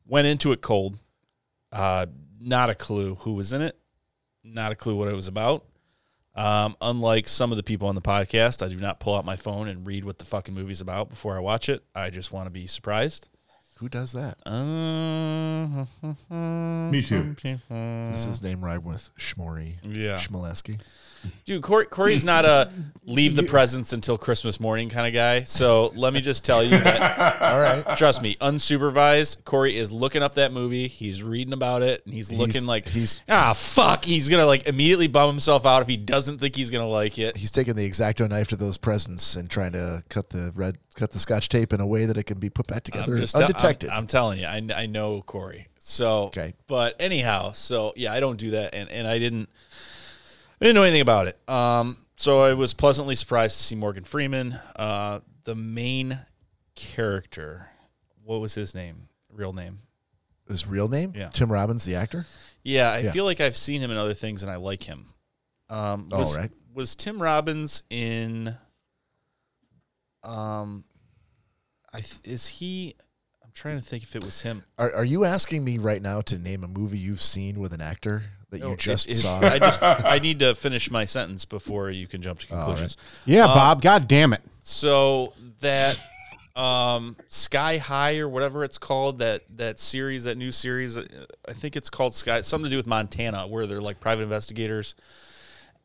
went into it cold. Uh, not a clue who was in it. Not a clue what it was about. Um, unlike some of the people on the podcast, I do not pull out my phone and read what the fucking movie's about before I watch it. I just want to be surprised. Who does that? Uh, Me too. Does his name rhyme with Schmorey? Yeah. Schmaleski. Dude, Corey, Corey's not a leave the presents until Christmas morning kind of guy. So let me just tell you that, All right. trust me, unsupervised, Corey is looking up that movie. He's reading about it and he's looking like, he's- ah, fuck. He's going to like immediately bum himself out if he doesn't think he's going to like it. He's taking the exacto knife to those presents and trying to cut the red, cut the scotch tape in a way that it can be put back I'm together tell- I'm- undetected. I'm, telling you, I, kn- I know Corey. So, Okay. but anyhow, so yeah, I don't do that, and and I didn't, I didn't know anything about it. Um, so I was pleasantly surprised to see Morgan Freeman, uh, the main character. What was his name? Real name? His real name? Yeah. Tim Robbins, the actor. Yeah, I Yeah. feel like I've seen him in other things, and I like him. Um, All was, Oh, right. Was Tim Robbins in? Um, I th- is he? I'm trying to think if it was him. Are, are you asking me right now to name a movie you've seen with an actor that No, you just Oh, it- it- saw? [LAUGHS] I just I need to finish my sentence before you can jump to conclusions. Yeah, Um, Bob. God damn it. So that um Sky High or whatever it's called that that series that new series uh, I think it's called Sky something to do with Montana where they're like private investigators.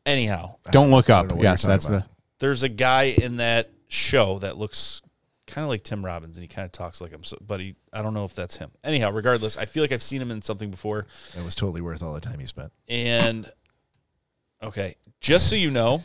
Anyhow, Don't look up. know what Yes, you're that's talking the. there's a guy in that show that looks kind of like Tim Robbins and he kind of talks like him so, but he I don't know if that's him. Anyhow, regardless, I feel like I've seen him in something before. it was totally worth all the time he spent. and Okay. Just so [LAUGHS] you know,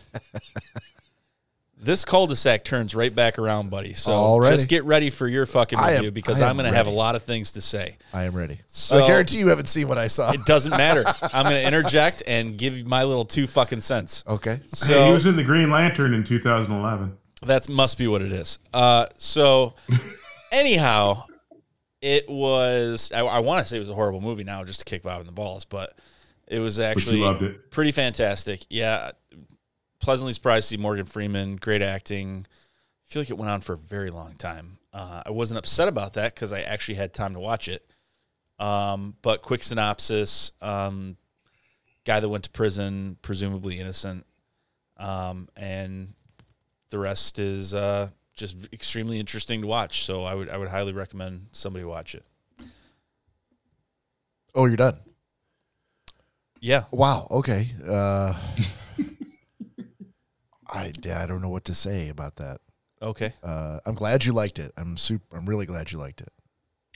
this cul-de-sac turns right back around, buddy. So Alrighty. just get ready for your fucking I am- review because I am I'm going to have a ready. lot of things to say. I am ready. So- I guarantee you haven't seen what I saw. It doesn't matter. [LAUGHS] I'm going to interject and give you my little two fucking cents. Okay. So he was in the Green Lantern in 2011. That must be what it is. Uh, [LAUGHS] so, anyhow, it was. I, I want to say it was a horrible movie now, just to kick Bob in the balls, but it was actually loved it. pretty fantastic. Yeah, pleasantly surprised to see Morgan Freeman. Great acting. I feel like it went on for a very long time. Uh, I wasn't upset about that because I actually had time to watch it. Um, but quick synopsis: um, guy that went to prison, presumably innocent, um, and the rest is uh, just extremely interesting to watch. So I would I would highly recommend somebody watch it. Oh, you're done. Yeah. Wow. Okay. Uh, [LAUGHS] I I don't know what to say about that. Okay. Uh, I'm glad you liked it. I'm super. I'm really glad you liked it.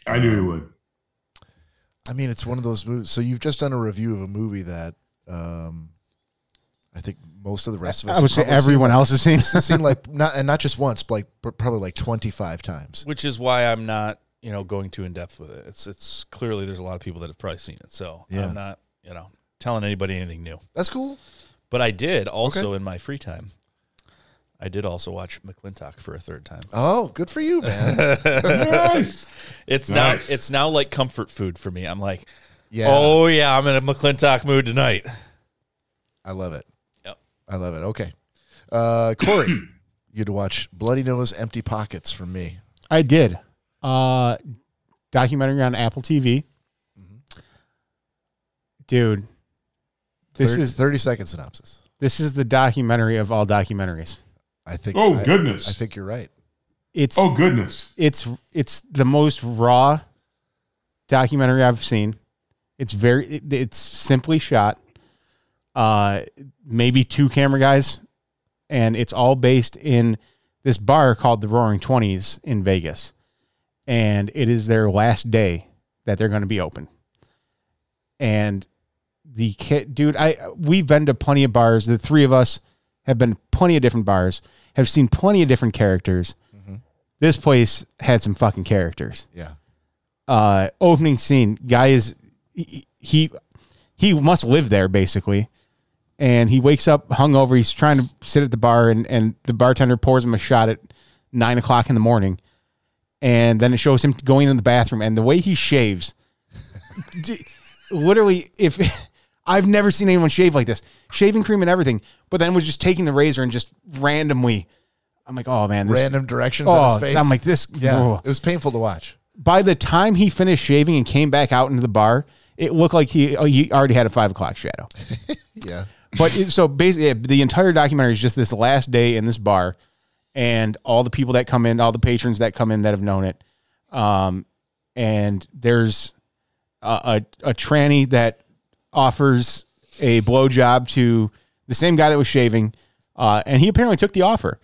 I knew he would. I mean, it's one of those movies. So you've just done a review of a movie that um, I think most of the rest of us. I would say probably seen everyone like- else has seen. [LAUGHS] seen like not and not just once, but like pr- probably like 25 times. Which is why I'm not you know going too in depth with it. It's it's clearly there's a lot of people that have probably seen it, so Yeah. I'm not you know telling anybody anything new. That's cool. But I did also in my free time. I did also watch McClintock for a third time. Oh, good for you, [LAUGHS] man. Nice. It's Nice. now it's now like comfort food for me. I'm like, Yeah. oh yeah, I'm in a McClintock mood tonight. I love it. Yep. I love it. Okay, uh, Corey, [CLEARS THROAT] you had to watch Bloody Nose, Empty Pockets from me. I did. Uh, documentary on Apple TV. Mm-hmm. Dude, this Thir- is 30 second synopsis. this is the documentary of all documentaries. I think. Oh, I- goodness. I think you're right. It's Oh goodness. it's it's the most raw documentary I've seen. It's very it- it's simply shot. Uh, maybe two camera guys, and it's all based in this bar called the Roaring Twenties in Vegas, and it is their last day that they're going to be open. And the kid, dude, I we've been to plenty of bars. The three of us have been to plenty of different bars, have seen plenty of different characters this place had some fucking characters. Yeah. Uh, opening scene, guy is he, he he must live there basically, and he wakes up hungover. He's trying to sit at the bar, and and the bartender pours him a shot at nine o'clock in the morning, and then it shows him going in the bathroom, and the way he shaves, [LAUGHS] d- literally, if. [LAUGHS] I've never seen anyone shave like this. Shaving cream and everything, but then was just taking the razor and just randomly. I'm like, oh man, this Random directions on his Oh, face. I'm like, this- Yeah, oh. it was painful to watch. by the time he finished shaving and came back out into the bar, it looked like he oh, he already had a five o'clock shadow. Yeah, But it, so basically, yeah, the entire documentary is just this last day in this bar, and all the people that come in, all the patrons that come in that have known it. Um, and there's a, a, a tranny that offers a blowjob to the same guy that was shaving, uh, and he apparently took the offer.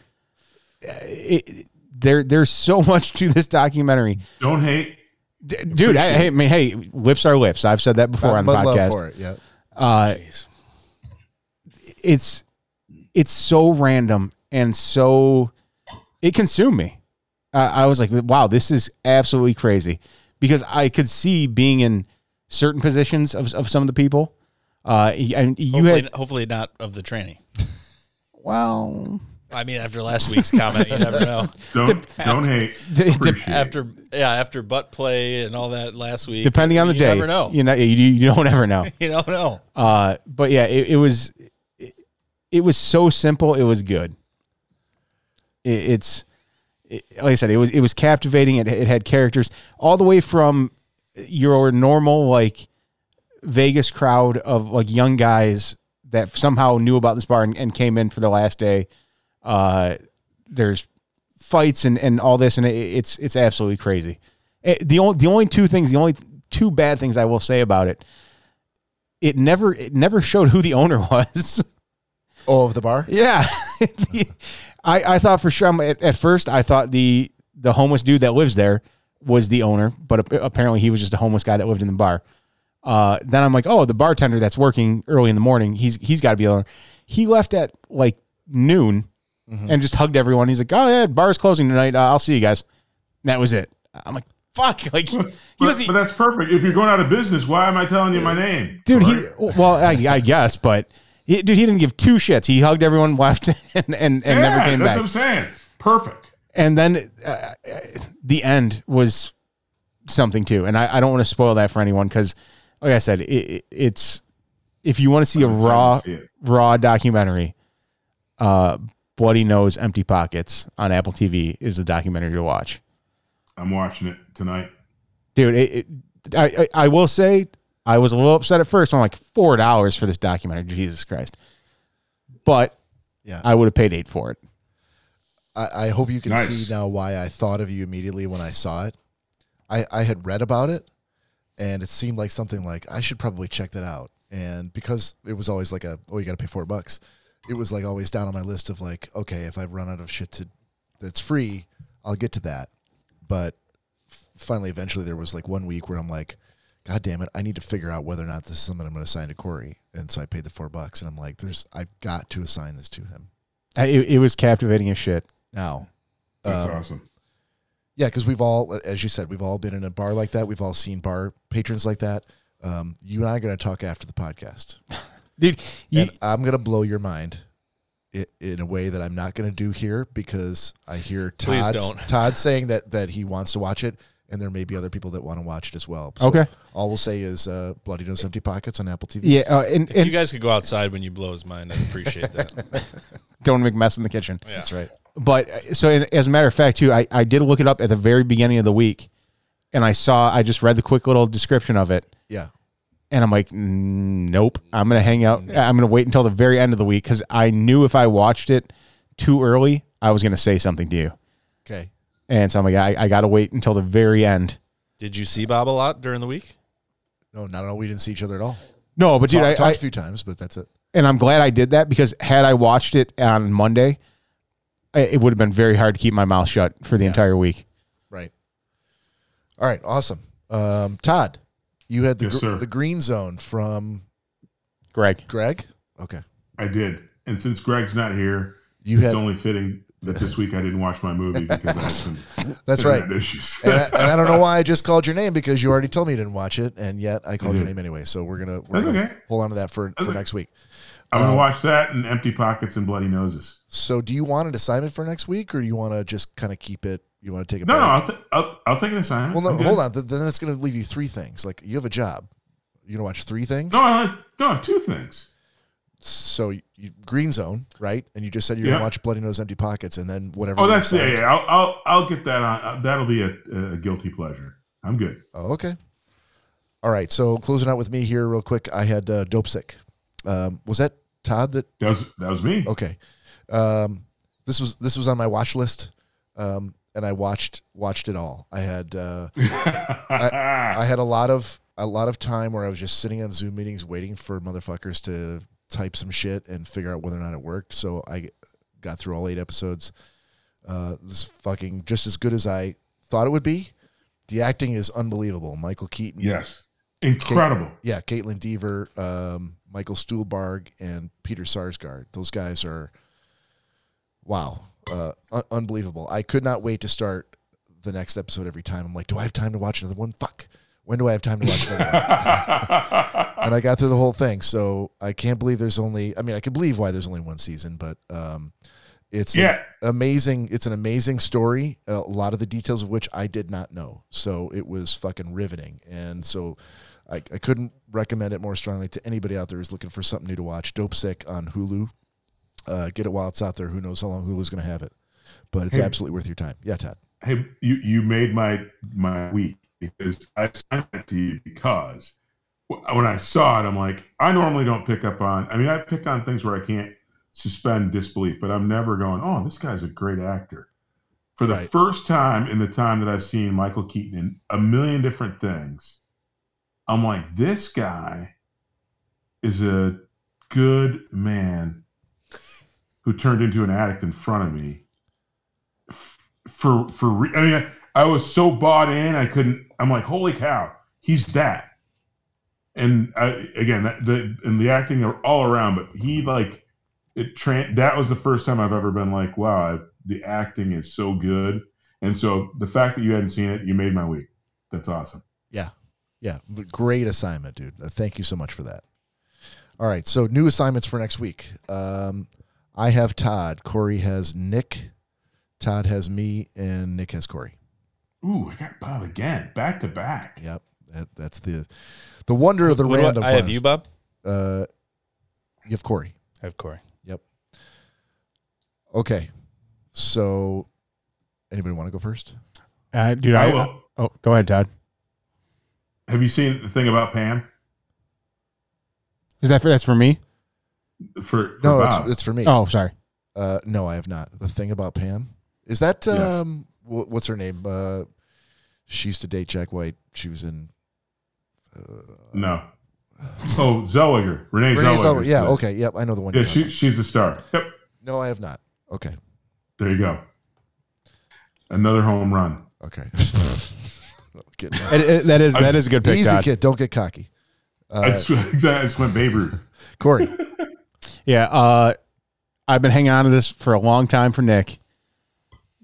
Uh, It, it- there, there's so [LAUGHS] much to this documentary. Don't hate. D- dude. I, I mean, hey, lips are lips. I've said that before on the but love podcast. for it. Yeah, Uh, it's it's so random and so it consumed me. Uh, I was like, wow, this is absolutely crazy because I could see being in certain positions of, of some of the people. Uh, and you Hopefully, had hopefully not of the tranny. well, I mean, after last week's comment, you never know. Don't don't hate. [LAUGHS] de- [LAUGHS] Appreciate. After yeah, after butt play and all that last week, depending on the you day, never know. You know, you, you don't ever know. You don't know. Uh, but yeah, it, it was it, it was so simple. It was good. It, it's it, like I said, it was it was captivating. It, it had characters all the way from your normal like Vegas crowd of like young guys that somehow knew about this bar and, and came in for the last day. Uh, there's fights and, and all this, and it, it's it's absolutely crazy. It- the only the only two things, the only two bad things I will say about it, it never it never showed who the owner [LAUGHS] was. oh, of the bar. yeah, The- [LAUGHS] I I thought for sure. I'm- At, at first, I thought the the homeless dude that lives there was the owner, but ap- apparently he was just a homeless guy that lived in the bar. Uh, then I'm like, oh, the bartender that's working early in the morning, he's he's got to be there. He left at like noon Mm-hmm. and just hugged everyone. He's like, oh yeah, bar's closing tonight. Uh, I'll see you guys. And that was it. I'm like, fuck, [LAUGHS] like he But, but that's perfect. If you're going out of business, why am I telling you my name? dude. He well, I, I guess, but he, dude, he didn't give two shits. He hugged everyone, [LAUGHS] left, and and, and never Yeah, came that's back. what I'm saying. Perfect. and then uh, the end was something too and i, I don't want to spoil that for anyone because like i said it, it, it's if you want to see a raw raw documentary uh bloody nose empty pockets on apple tv is the documentary to watch I'm watching it tonight. dude it, it, I, I i will say i was a little upset at first i'm like four dollars for this documentary jesus christ but Yeah. i would have paid eight for it I, I hope you can Nice. see now why I thought of you immediately when I saw it. I, I had read about it and it seemed like something like I should probably check that out. And because it was always like a oh you gotta pay four bucks, it was like always down on my list of like, okay, if I run out of shit to that's free, I'll get to that. But f- finally eventually there was like one week where I'm like, God damn it, I need to figure out whether or not this is something I'm gonna assign to Corey. And so I paid the four bucks and I'm like, there's I've got to assign this to him I, it, it was captivating as shit now. That's Um, awesome. Yeah, because we've all, as you said, we've all been in a bar like that. We've all seen bar patrons like that. Um, you and I are going to talk after the podcast, dude. and I'm going to blow your mind i- in a way that I'm not going to do here because I hear Please Todd don't. Todd saying that that he wants to watch it, and there may be other people that want to watch it as well. Okay. all we'll say is uh, "Bloody Nose Empty Pockets" on Apple TV. yeah uh, and, If and you guys could go outside when you blow his mind, I'd [LAUGHS] appreciate that. don't make mess in the kitchen. Oh, that's right. But uh, so, in, as a matter of fact, too, I, I did look it up at the very beginning of the week, and I saw I just read the quick little description of it, Yeah, and I'm like, "Mm, nope, I'm gonna hang out. I'm gonna wait until the very end of the week because I knew if I watched it too early, I was gonna say something to you, okay. and so I'm like, I, I gotta wait until the very end. Did you see Bob a lot during the week? No, not at all. We didn't see each other at all. No, but dude, Talked- I, talked I a few times, but that's it. and I'm glad I did that because had I watched it on Monday, i- it would have been very hard to keep my mouth shut for the entire week. Right. All right. Awesome. Um, Todd, you had the Yes, gr- sir. the green zone from Greg, Greg. Okay. I did. And since Greg's not here, You it's had- only fitting that this week I didn't watch my movie because I had some That's internet right. issues. [LAUGHS] And I, and I don't know why I just called your name because you already told me you didn't watch it, and yet I called your Mhm. name anyway. So we're gonna we're That's gonna okay. hold on to that for, for okay. next week. [LAUGHS] I'm gonna Um, watch that and Empty Pockets and Bloody Noses. So do you want an assignment for next week, or do you want to just kind of keep it? You want to take a No, no, break? I'll, t- I'll I'll take an assignment. well, no. I'm good. Hold on. Th- Then it's gonna leave you three things. Like you have a job. You gonna watch three things. No, I like, no, I have two things. So you, you- green zone, right? And you just said you're Yeah. gonna watch Bloody Nose Empty Pockets, and then whatever. Oh, you that's yeah, decide. yeah. I'll I'll, I'll get that on. uh, That'll be a, a guilty pleasure. I'm good. Oh, okay. All right. So closing out with me here real quick. I had uh, dope sick. Um, was that Todd that? That was that was me. Okay. Um, this was this was on my watch list, um, and I watched watched it all. I had uh, [LAUGHS] I, I had a lot of a lot of time where I was just sitting on Zoom meetings waiting for motherfuckers to type some shit and figure out whether or not it worked. So I got through all eight episodes. Uh, this fucking just as good as I thought it would be. The acting is unbelievable. Michael Keaton, Yes, incredible. yeah, Caitlin Deaver, um, Michael Stuhlbarg, and Peter Sarsgaard. Those guys are wow, uh, un- unbelievable. I could not wait to start the next episode every time. I'm like, do I have time to watch another one? Fuck. When do I have time to watch another one? and I got through the whole thing. So I can't believe there's only. I mean, I can believe why there's only one season, but um, it's an Yeah. amazing. It's an amazing story. A lot of the details of which I did not know. So it was fucking riveting. And so I, I couldn't recommend it more strongly to anybody out there who's looking for something new to watch. Dope Sick on Hulu. Uh, get it while it's out there. Who knows how long Hulu's going to have it, but it's Hey. absolutely worth your time. Yeah, Todd. Hey, you you made my my week because I sent it to you because wh- when I saw it, I'm like, I normally don't pick up on. I mean, I pick on things where I can't suspend disbelief, but I'm never going, oh, this guy's a great actor. For the Right. first time in the time that I've seen Michael Keaton in a million different things, I'm like, this guy is a good man who turned into an addict in front of me. F- For for re- I mean, I, I was so bought in, I couldn't. I'm like, holy cow, he's that. and I, again, that, the and the acting are all around, but he like it. Tran- that was the first time I've ever been like, wow, I, the acting is so good. And so the fact that you hadn't seen it, you made my week. That's awesome. Yeah. Yeah. Great assignment, dude. Uh, Thank you so much for that. All right. So, new assignments for next week. Um, I have Todd. Corey has Nick. Todd has me. And Nick has Corey. Ooh, I got Bob again, back to back. Yep. That, that's the the wonder of the What do I- random. I have finals. you, Bob? Uh, you have Corey. I have Corey. Yep. Okay. So, anybody want to go first? Uh, dude, I I, will. Oh, go ahead, Todd. Have you seen the thing about Pam? Is that for, that's for me? For, for No, Bob. it's, it's for me. Oh, sorry. Uh, no, I have not. The thing about Pam is that Yes. um, wh- what's her name? Uh, she used to date Jack White. She was in no. Oh, Zellweger, Renee, Renee Zellweger. Zellweger. Yeah, okay, yep, I know the one Yeah, you're talking she, she's the star. Yep. No, I have not. Okay. There you go. Another home run. Okay. [LAUGHS] It- it- that is- that is a good pick, Easy Todd. kid. Don't get cocky. Uh, I, just, [LAUGHS] I just went Babe Ruth. Corey. Yeah, uh, I've been hanging on to this for a long time for Nick.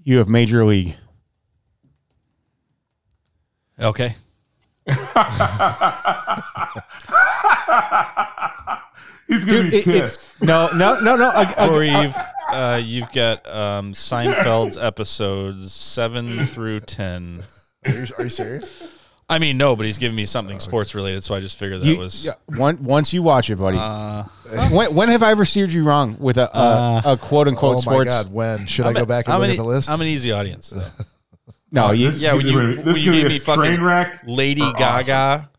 You have Major League. Okay. He's gonna be it- pissed. no, no, no, no. I, I- Corey, you've, uh, you've got um, Seinfeld's episodes seven through ten. Are you, are you serious? I mean, no, but he's giving me something sports related, so I just figured that you- was. yeah, one, once you watch it, buddy. Uh, when, when have I ever steered you wrong with a, a, a quote unquote oh my sports? God! When should i I'm go a- back and I'm look an at e- the list? I'm an easy [LAUGHS] audience. Though. No, you, This is Yeah, gonna when be- you, this is when you gonna gave be me a train fucking wreck Lady or awesome. Gaga,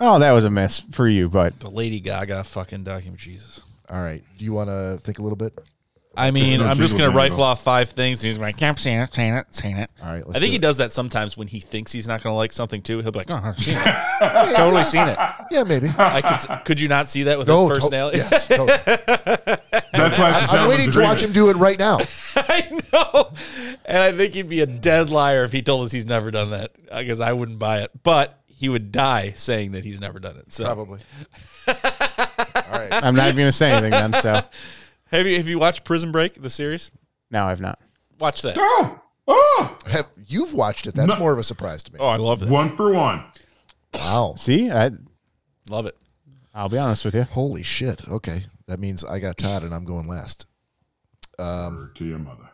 oh, that was a miss for you, but the Lady Gaga fucking document, Jesus. All right. Do you want to think a little bit? I mean, no I'm just jingle gonna jangle. rifle off five things, and he's like, "Yeah, "I'm saying it, saying it, saying it." All right. Let's I think do he it. does that sometimes when he thinks he's not gonna like something too. He'll be like, "Oh, I've seen it. totally seen it." Yeah, [LAUGHS] maybe. I [LAUGHS] could. s- Could you not see that with No, his to- personality? yes, totally. That's why it's a I'm waiting gentleman's to watch him agreement. do it right [LAUGHS] now. [LAUGHS] I know. And I think he'd be a dead liar if he told us he's never done that because I wouldn't buy it. But he would die saying that he's never done it. So Probably. I'm not even going to say anything then. So, have you have you watched Prison Break the series? no, I've not. Watch that. Oh, oh, Have, you've watched it. That's No. more of a surprise to me. Oh, I love that. one for one. Wow. See, I, Love it. I'll be honest with you. Holy shit. Okay. That means I got Todd and I'm going last. Or to your mother.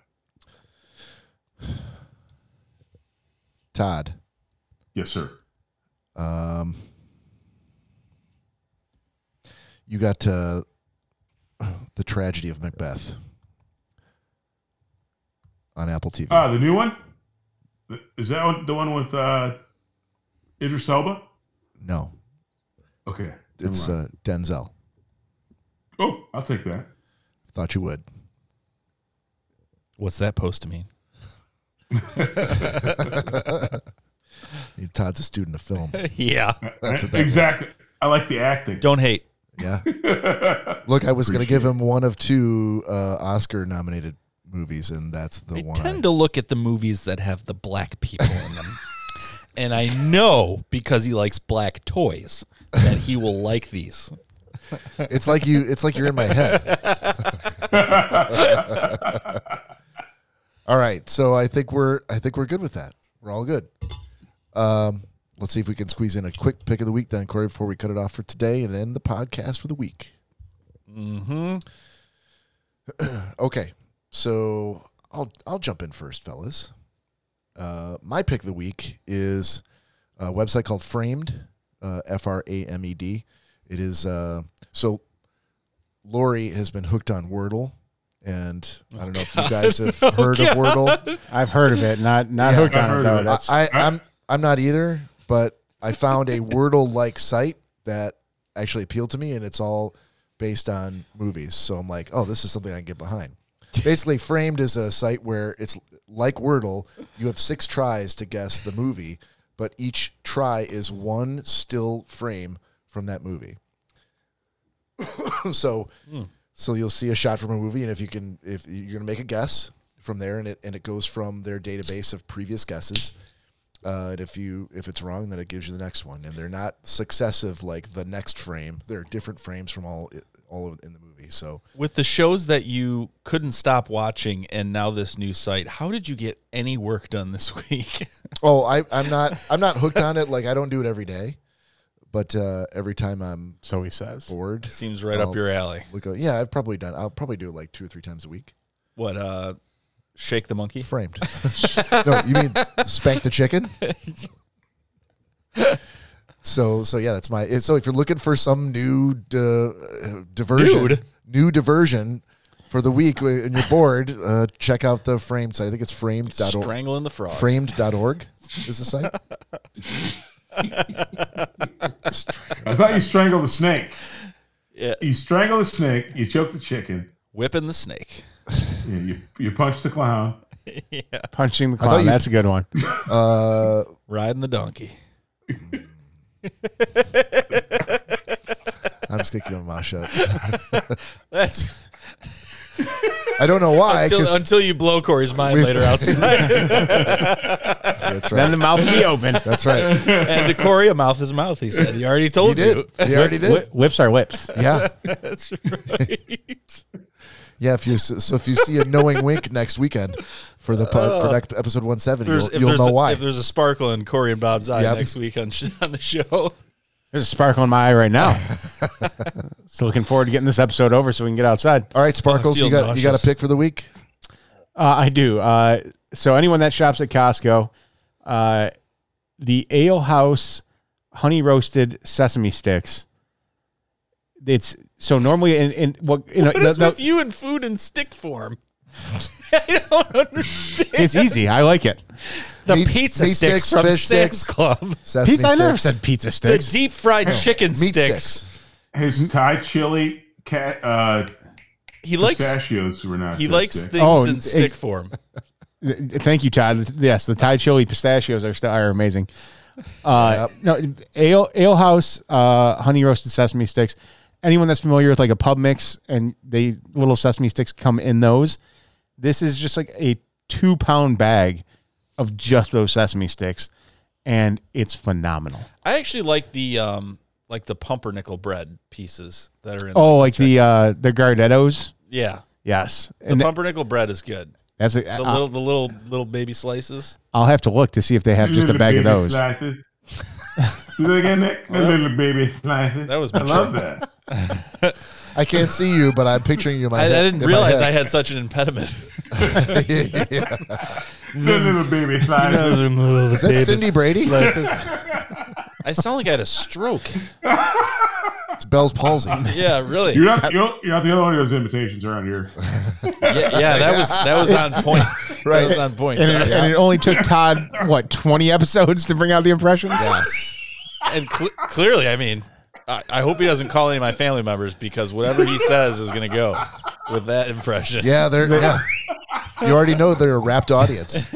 Todd. Yes, sir. Um, you got uh, the tragedy of Macbeth on Apple TV. Ah, the new one. Is that one, the one with uh, Idris Elba? no, Okay, never it's mind. uh, Denzel. oh, I'll take that. Thought you would. What's that post to mean? Todd's a student of film. [LAUGHS] yeah. That's what that exactly. I like the acting. Don't hate. Yeah. Look, I was going to give him one of two uh, Oscar nominated movies, and that's the I one. tend I- to look at the movies that have the black people [LAUGHS] in them. and I know because he likes black toys that he will like these. It's like you. It's like you're in my head. all right, so I think we're I think we're good with that. We're all good. Um, let's see if we can squeeze in a quick pick of the week then, Corey, before we cut it off for today and end the podcast for the week. Mm-hmm. [CLEARS THROAT] okay, so I'll I'll jump in first, fellas. Uh, my pick of the week is a website called Framed, uh, F R A M E D. It is uh, so Lori has been hooked on Wordle, and I don't know if you guys have heard of Wordle. I've heard of it, not not Yeah. hooked I've on heard it of though. it. That's I, I, I'm I'm not either, but I found a Wordle-like site that actually appealed to me, and it's all based on movies. So I'm like, oh, this is something I can get behind. Basically, Framed is a site where it's like Wordle. You have six tries to guess the movie, but each try is one still frame from that movie. [COUGHS] so so you'll see a shot from a movie, and if you can, if you're gonna make a guess from there, and it and it goes from their database of previous guesses, Uh, and if you if it's wrong, then it gives you the next one. And they're not successive like the next frame. There are different frames from all all of, in the movie. So With the shows that you couldn't stop watching and now this new site, how did you get any work done this [LAUGHS] week? Oh, I, I'm not. I'm not hooked on it. Like I don't do it every day, but uh, every time I'm so he says bored. Seems right Oh. up your alley. Look, at- yeah, I've probably done. I'll probably do it like two or three times a week. What? uh Shake the monkey? Framed. [LAUGHS] no, you mean spank the chicken? So, so yeah, that's my. So if you're looking for some new uh, diversion, Nude? new diversion for the week, uh, and you're bored, uh, check out the framed site. I think it's framed.org. Strangling the frog. Framed.org is the site. I thought you strangled the snake. Yeah. You strangle the snake, you choke the chicken, Whipping the snake. you, you, you punch the clown. yeah. Punching the I thought clown. you- That's a good one. Uh, Riding the donkey. I'm just kicking my mouth shut. That's I don't know [LAUGHS] why. until, 'cause- until you blow Corey's mind We've- later [LAUGHS] outside. That's right. Then the mouth will be open. That's right. [LAUGHS] and to Corey, a mouth is a mouth. He said he already He told you. did. He already did. Whi- Whips are whips. Yeah, That's right. yeah. If you so if you see a knowing wink next weekend for the pod, for next episode 170, [LAUGHS] Uh, There's- you'll, if you'll there's know a, why. If there's a sparkle in Corey and Bob's eye Yep. next week on [LAUGHS] sh- on the show, [LAUGHS] There's a sparkle in my eye right now. so looking forward to getting this episode over so we can get outside. All right, Sparkles, feel you got you got nauseous. a pick for the week. Uh, I do. Uh, so anyone that shops at Costco, uh, the Ale House honey roasted sesame sticks. It's so normally in, in what you know what the- is the- with you in food and stick form? [LAUGHS] I don't understand. it's easy. I like it. The Meat- pizza meat sticks, sticks, from [LAUGHS] fish Sam's sticks. Club, Sesame Pizza. I never sticks. said pizza the sticks. deep fried chicken meat sticks. sticks. His Thai chili cat uh, He likes pistachios were not. he so likes thick. things Oh, in ex- stick form. Th- th- Thank you, Todd. Yes, the Thai chili pistachios are still are amazing. Uh, No, ale ale house uh, honey roasted sesame sticks. Anyone that's familiar with like a pub mix and they little sesame sticks come in those. This is just like a two pound bag of just those sesame sticks, and it's phenomenal. I actually like the um like the pumpernickel bread pieces that are in. Oh, the like the uh, the Gardettos. yeah, Yes, the and th- pumpernickel bread is good. that's a, The Uh-huh. I- little the little little baby slices. I'll have to look to see if they have just a Little bag of baby [LAUGHS] those. slices. [LAUGHS] Do they get Nick? The little baby slices. that was I mature. love that. I can't see you, but I'm picturing you. In my I, I head- didn't in my realize I head. had such an impediment. [LAUGHS] [LAUGHS] Yeah. The little baby slices. Is that Cindy [LAUGHS] Brady? I sound like I had a stroke. It's Bell's palsy. Yeah, really. You're not, you're, you're not the only one who does imitations around here. Yeah, yeah, that was that was on point. [LAUGHS] That was on point. And it, and it only took Todd what twenty episodes to bring out the impressions. Yes. And cl- clearly, I mean, I, I hope he doesn't call any of my family members because whatever he says is going to go with that impression. Yeah, they're yeah. You already know they're a rapt [LAUGHS] audience.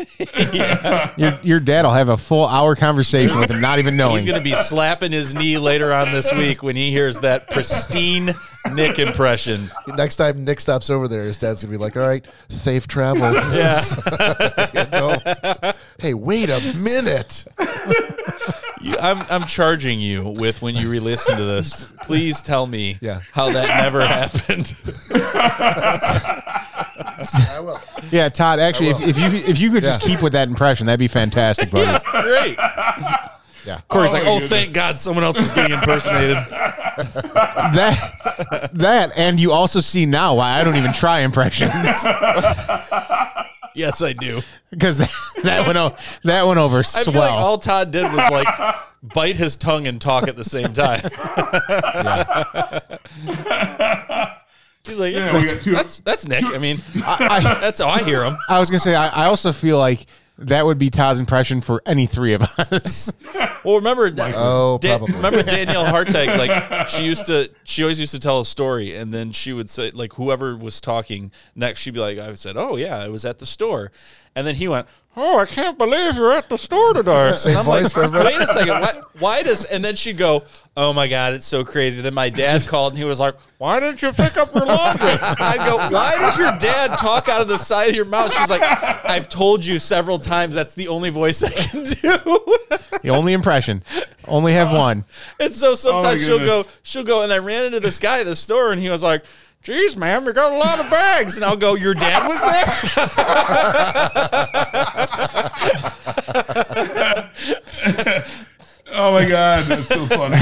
Your, your dad will have a full hour conversation with him, not even knowing. He's going to be slapping his knee later on this week when he hears that pristine Nick impression. Next time Nick stops over there, his dad's gonna be like, "All right, safe travel." Yeah. [LAUGHS] You [LAUGHS] know? Hey, wait a minute. You- I'm, I'm charging you with when you re listen to this, please tell me Yeah. how that never happened. I will. yeah, Todd. Actually, if, if you if you could just keep with that impression, that'd be fantastic, buddy. Great. Yeah. Corey's like, oh, thank God someone else is getting impersonated. That that, and you also see now why I don't even [LAUGHS] try impressions [LAUGHS] yes, I do. because that, that went o- that went over I swell. feel like all Todd did was like [LAUGHS] bite his tongue and talk at the same time. He's like, Yeah, we that's, got two- that's that's Nick. [LAUGHS] I mean, I, [LAUGHS] that's how I hear him. I, I was gonna say I, I also feel like that would be Todd's impression for any three of us. Well, [LAUGHS] remember, Da- Oh, Da- probably. [LAUGHS] remember Danielle Hartag? Like she used to, she always used to tell a story, and then she would say, like whoever was talking next, she'd be like, I said, [LAUGHS] oh yeah, I was at the store, and then he went. Oh, I can't believe you're at the store today. And I'm like, Wait a second. Why, why does? And then she'd go, "Oh my god, it's so crazy." Then my [LAUGHS] dad called and he was like, "Why didn't you pick up your laundry?" I'd go, "Why does your dad talk out of the side of your mouth?" She's like, "I've told you several times. That's the only voice I can do." The only impression. Only have Uh, one. And so sometimes Oh, she'll goodness. go, she'll go, and I ran into this guy at the store, and he was like, "Geez, ma'am, you got a lot of bags." And I'll go, "Your dad was there." [LAUGHS] Oh my god, that's so funny.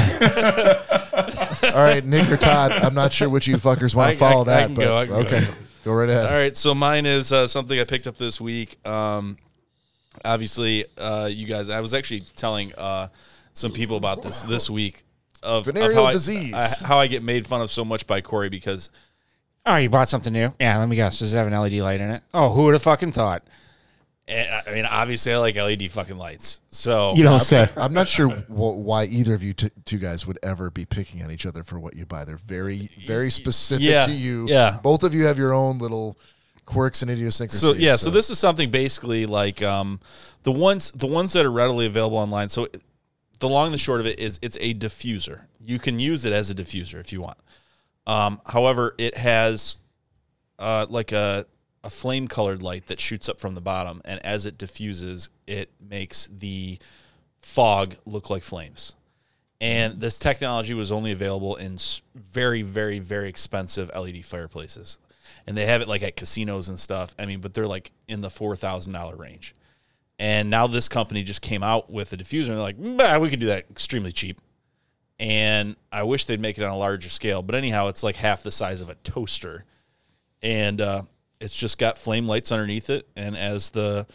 All right, Nick or Todd, I'm not sure which you fuckers want I- to follow I- I that, can but go, I can go. okay, go. right ahead. All right, so mine is uh, something I picked up this week. Um, obviously, uh, you guys, I was actually telling uh, some people about this this week of of Venereal how I- disease. I- how I get made fun of so much by Corey because Oh, you bought something new? Yeah, let me guess. Does it have an LED light in it? Oh, who would have fucking thought? And, Eh, I mean, obviously, I like LED fucking lights. So I'm, I'm not sure wh- why either of you t- two guys would ever be picking on each other for what you buy. They're very, very specific Yeah, to you. yeah. Both of you have your own little quirks and idiosyncrasies. So yeah, so. this is something basically like um, the ones the ones that are readily available online. So the long and the short of it is, it's a diffuser. You can use it as a diffuser if you want. Um, however, it has uh, like a a flame colored light that shoots up from the bottom, and as it diffuses, it makes the fog look like flames. And this technology was only available in s- very, very, very expensive LED fireplaces, and they have it like at casinos and stuff. I mean, but they're like in the four thousand dollar range. And now this company just came out with a diffuser, and they're like, "Bah, we can do that extremely cheap." And I wish they'd make it on a larger scale, but anyhow, it's like half the size of a toaster and uh, it's just got flame lights underneath it. And as the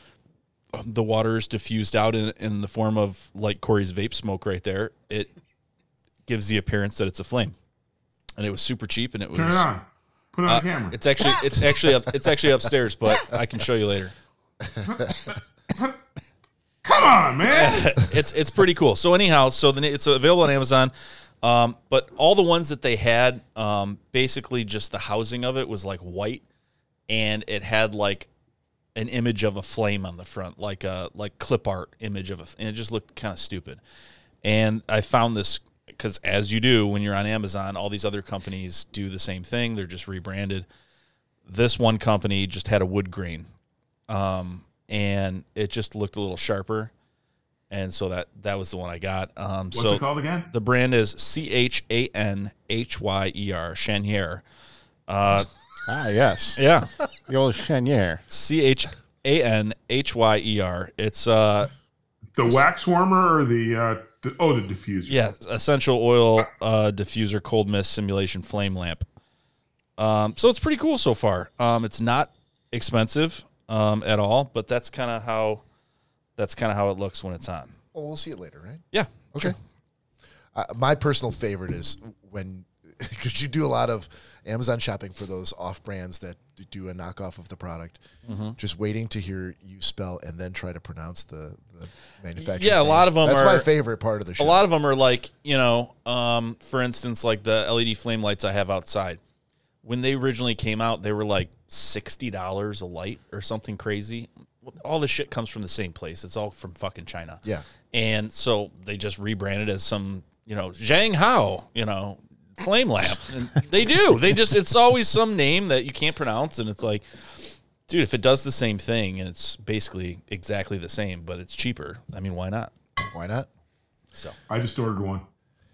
the water is diffused out in, in the form of like Corey's vape smoke right there, it gives the appearance that it's a flame. And it was super cheap, and it was. Turn it on. Put it on camera. Uh, It's actually it's actually up, it's actually upstairs, but I can show you later. Come on, [LAUGHS] man. it's it's pretty cool. So anyhow, so then it's available on Amazon. Um, but all the ones that they had, um, basically just the housing of it was like white, and it had like an image of a flame on the front, like a like clip art image of a, and it just looked kind of stupid. And I found this because as you do when you're on Amazon, all these other companies do the same thing. They're just rebranded. This one company just had a wood grain, um, and it just looked a little sharper. And so that that was the one I got. Um, What's so it called again? The brand is C H A N H Y E R Chenier. Uh, ah, yes. Yeah. The old chenier. C H A N H Y E R. It's uh The wax warmer or the uh, d- oh the diffuser. Yeah, essential oil uh, diffuser cold mist simulation flame lamp. Um, so it's pretty cool so far. Um, it's not expensive um, at all, but that's kind of how that's kind of how it looks when it's on. Well, we'll see it later, right? Yeah. Okay. Uh, my personal favorite is when [LAUGHS] because you do a lot of Amazon shopping for those off brands that d- do a knockoff of the product. Mhm. Just waiting to hear you spell and then try to pronounce the, the manufacturer. Yeah, a lot of them. That's are, my favorite part of the show. A lot of them are like you know, um, for instance, like the LED flame lights I have outside. When they originally came out, they were like sixty dollars a light or something crazy. All this shit comes from the same place. It's all from fucking China. Yeah. and so they just rebranded as some you know Zhang Hao, you know. Flame lamp. And they do. They just, it's always some name that you can't pronounce. And it's like, dude, if it does the same thing and it's basically exactly the same, but it's cheaper, I mean, why not? [LAUGHS] Why not? So I just ordered one.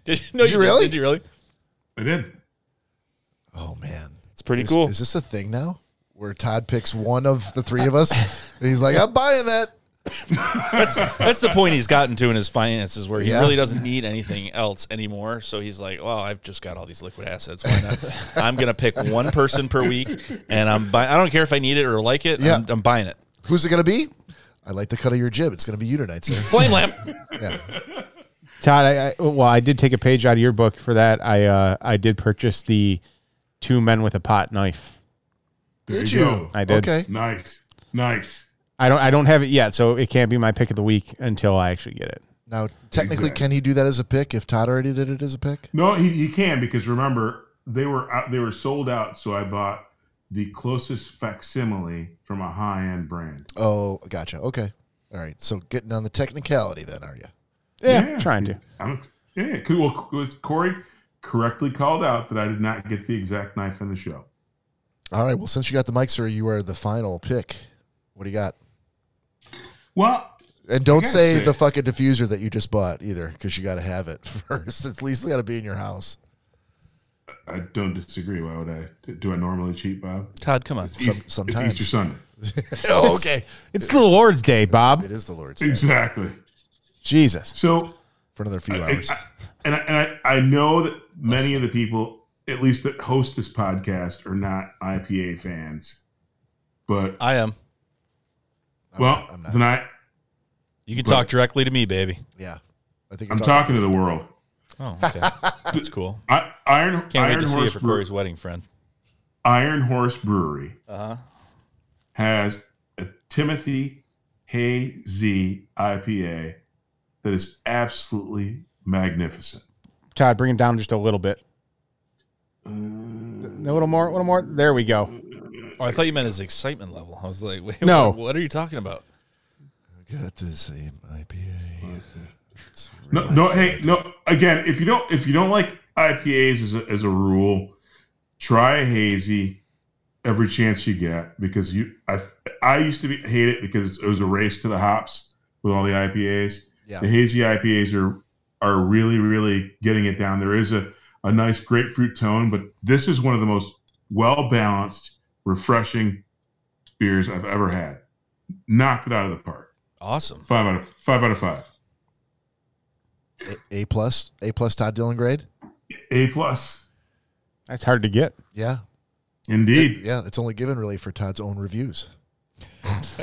Did you, no, Did you you really? Did, you really? I did. Oh man, it's pretty is, cool. Is this a thing now where Todd picks one of the three of [LAUGHS] us? and he's like, I'm buying that. That's that's the point he's gotten to in his finances, where he Yeah. really doesn't need anything else anymore. So he's like, "Well, I've just got all these liquid assets. [LAUGHS] Why not? I'm gonna pick one person per week, and I'm buy- I don't care if I need it or like it. Yeah. I'm, I'm buying it. Who's it gonna be? I like the cut of your jib. It's gonna be you tonight, sir. [LAUGHS] Flame lamp. Yeah. Todd, I, I well, I did take a page out of your book for that. I uh, I did purchase the two men with a pot knife. There Did go. you? I did. Okay. Nice. Nice. I don't I don't have it yet, so it can't be my pick of the week until I actually get it. Now, technically, can he do that as a pick if Todd already did it as a pick? No, he, he can because remember they were out, they were sold out, so I bought the closest facsimile from a high end brand. Oh, gotcha. Okay. All right. So getting on the technicality then, are you? Yeah, trying to. I'm, yeah, cool. Well, c- was Corey correctly called out that I did not get the exact knife in the show. All right. Well, since you got the mic, sir, you are the final pick. What do you got? Well, and don't gotta say say- the fucking diffuser that you just bought either, because you got to have it [LAUGHS] first. At least got to be in your house. I don't disagree. Why would I? Do I normally cheat, Bob? Todd, come on. It's Eas- Some- it's sometimes. Easter Sunday. [LAUGHS] oh, okay. It's the Lord's Day, Bob. It is the Lord's Day. Exactly. Jesus. So For another few I- hours. I- and I, and I, I know that many of the people, at least that host this podcast, are not IPA fans. But I am. well, not- I'm not. then I You can But- talk directly to me, baby. yeah. I think you're I'm talking to the world. Oh, [LAUGHS] okay. That's cool. I, Iron Can't Iron wait to see you Horse for Brew- Corey's wedding, friend. Iron Horse Brewery Uh-huh. Uh huh. has a Timothy Hazy IPA that is absolutely magnificent. Todd, bring him down just a little bit. Uh, A little more, a little more. There we go. Oh, I thought you meant his excitement level. I was like, wait, No. what, what are you talking about? I got the same IPA. It's No, really no, hey, good. no. Again, if you don't, if you don't like IPAs as a, as a rule, try a hazy every chance you get because you. I I used to be, hate it because it was a race to the hops with all the IPAs. Yeah. The hazy IPAs are are really really getting it down. There is a a nice grapefruit tone, but this is one of the most well balanced, refreshing beers I've ever had. Knocked it out of the park. Awesome. Five out of five out of five. A, A plus, A plus Todd Dillon grade. A plus. That's hard to get. Yeah. Indeed. Yeah. It's only given really for Todd's own reviews. If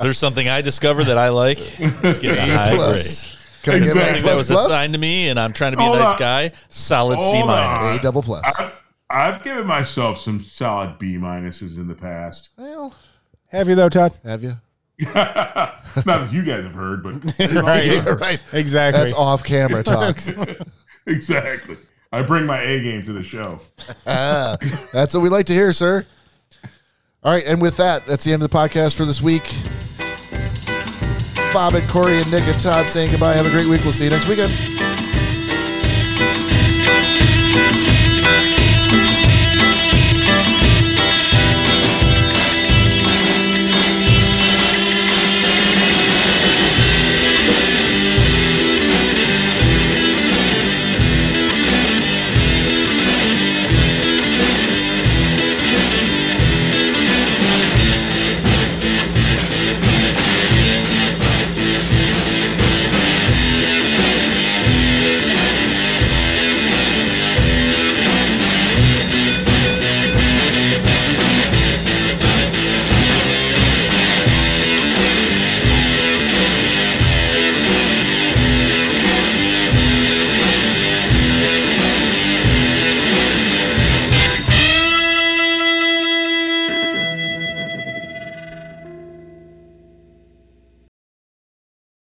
there's something I discovered that I like, it's getting a high grade. plus. Can I get an A Something that Exactly. plus was plus? assigned to me, and I'm trying to be a Hold nice on. guy. Solid C Hold minus. A double plus. I've, I've given myself some solid B minuses in the past. Well, Have you though, [LAUGHS] Todd? have [LAUGHS] you? Not that you guys have heard, but [LAUGHS] [LAUGHS] Yeah, right. Exactly. That's off camera [LAUGHS] talk. exactly. I bring my A game to the show. Ah, that's what we like to hear, sir. All right, and with that, that's the end of the podcast for this week. Bob and Corey and Nick and Todd saying goodbye. Have a great week. We'll see you next weekend.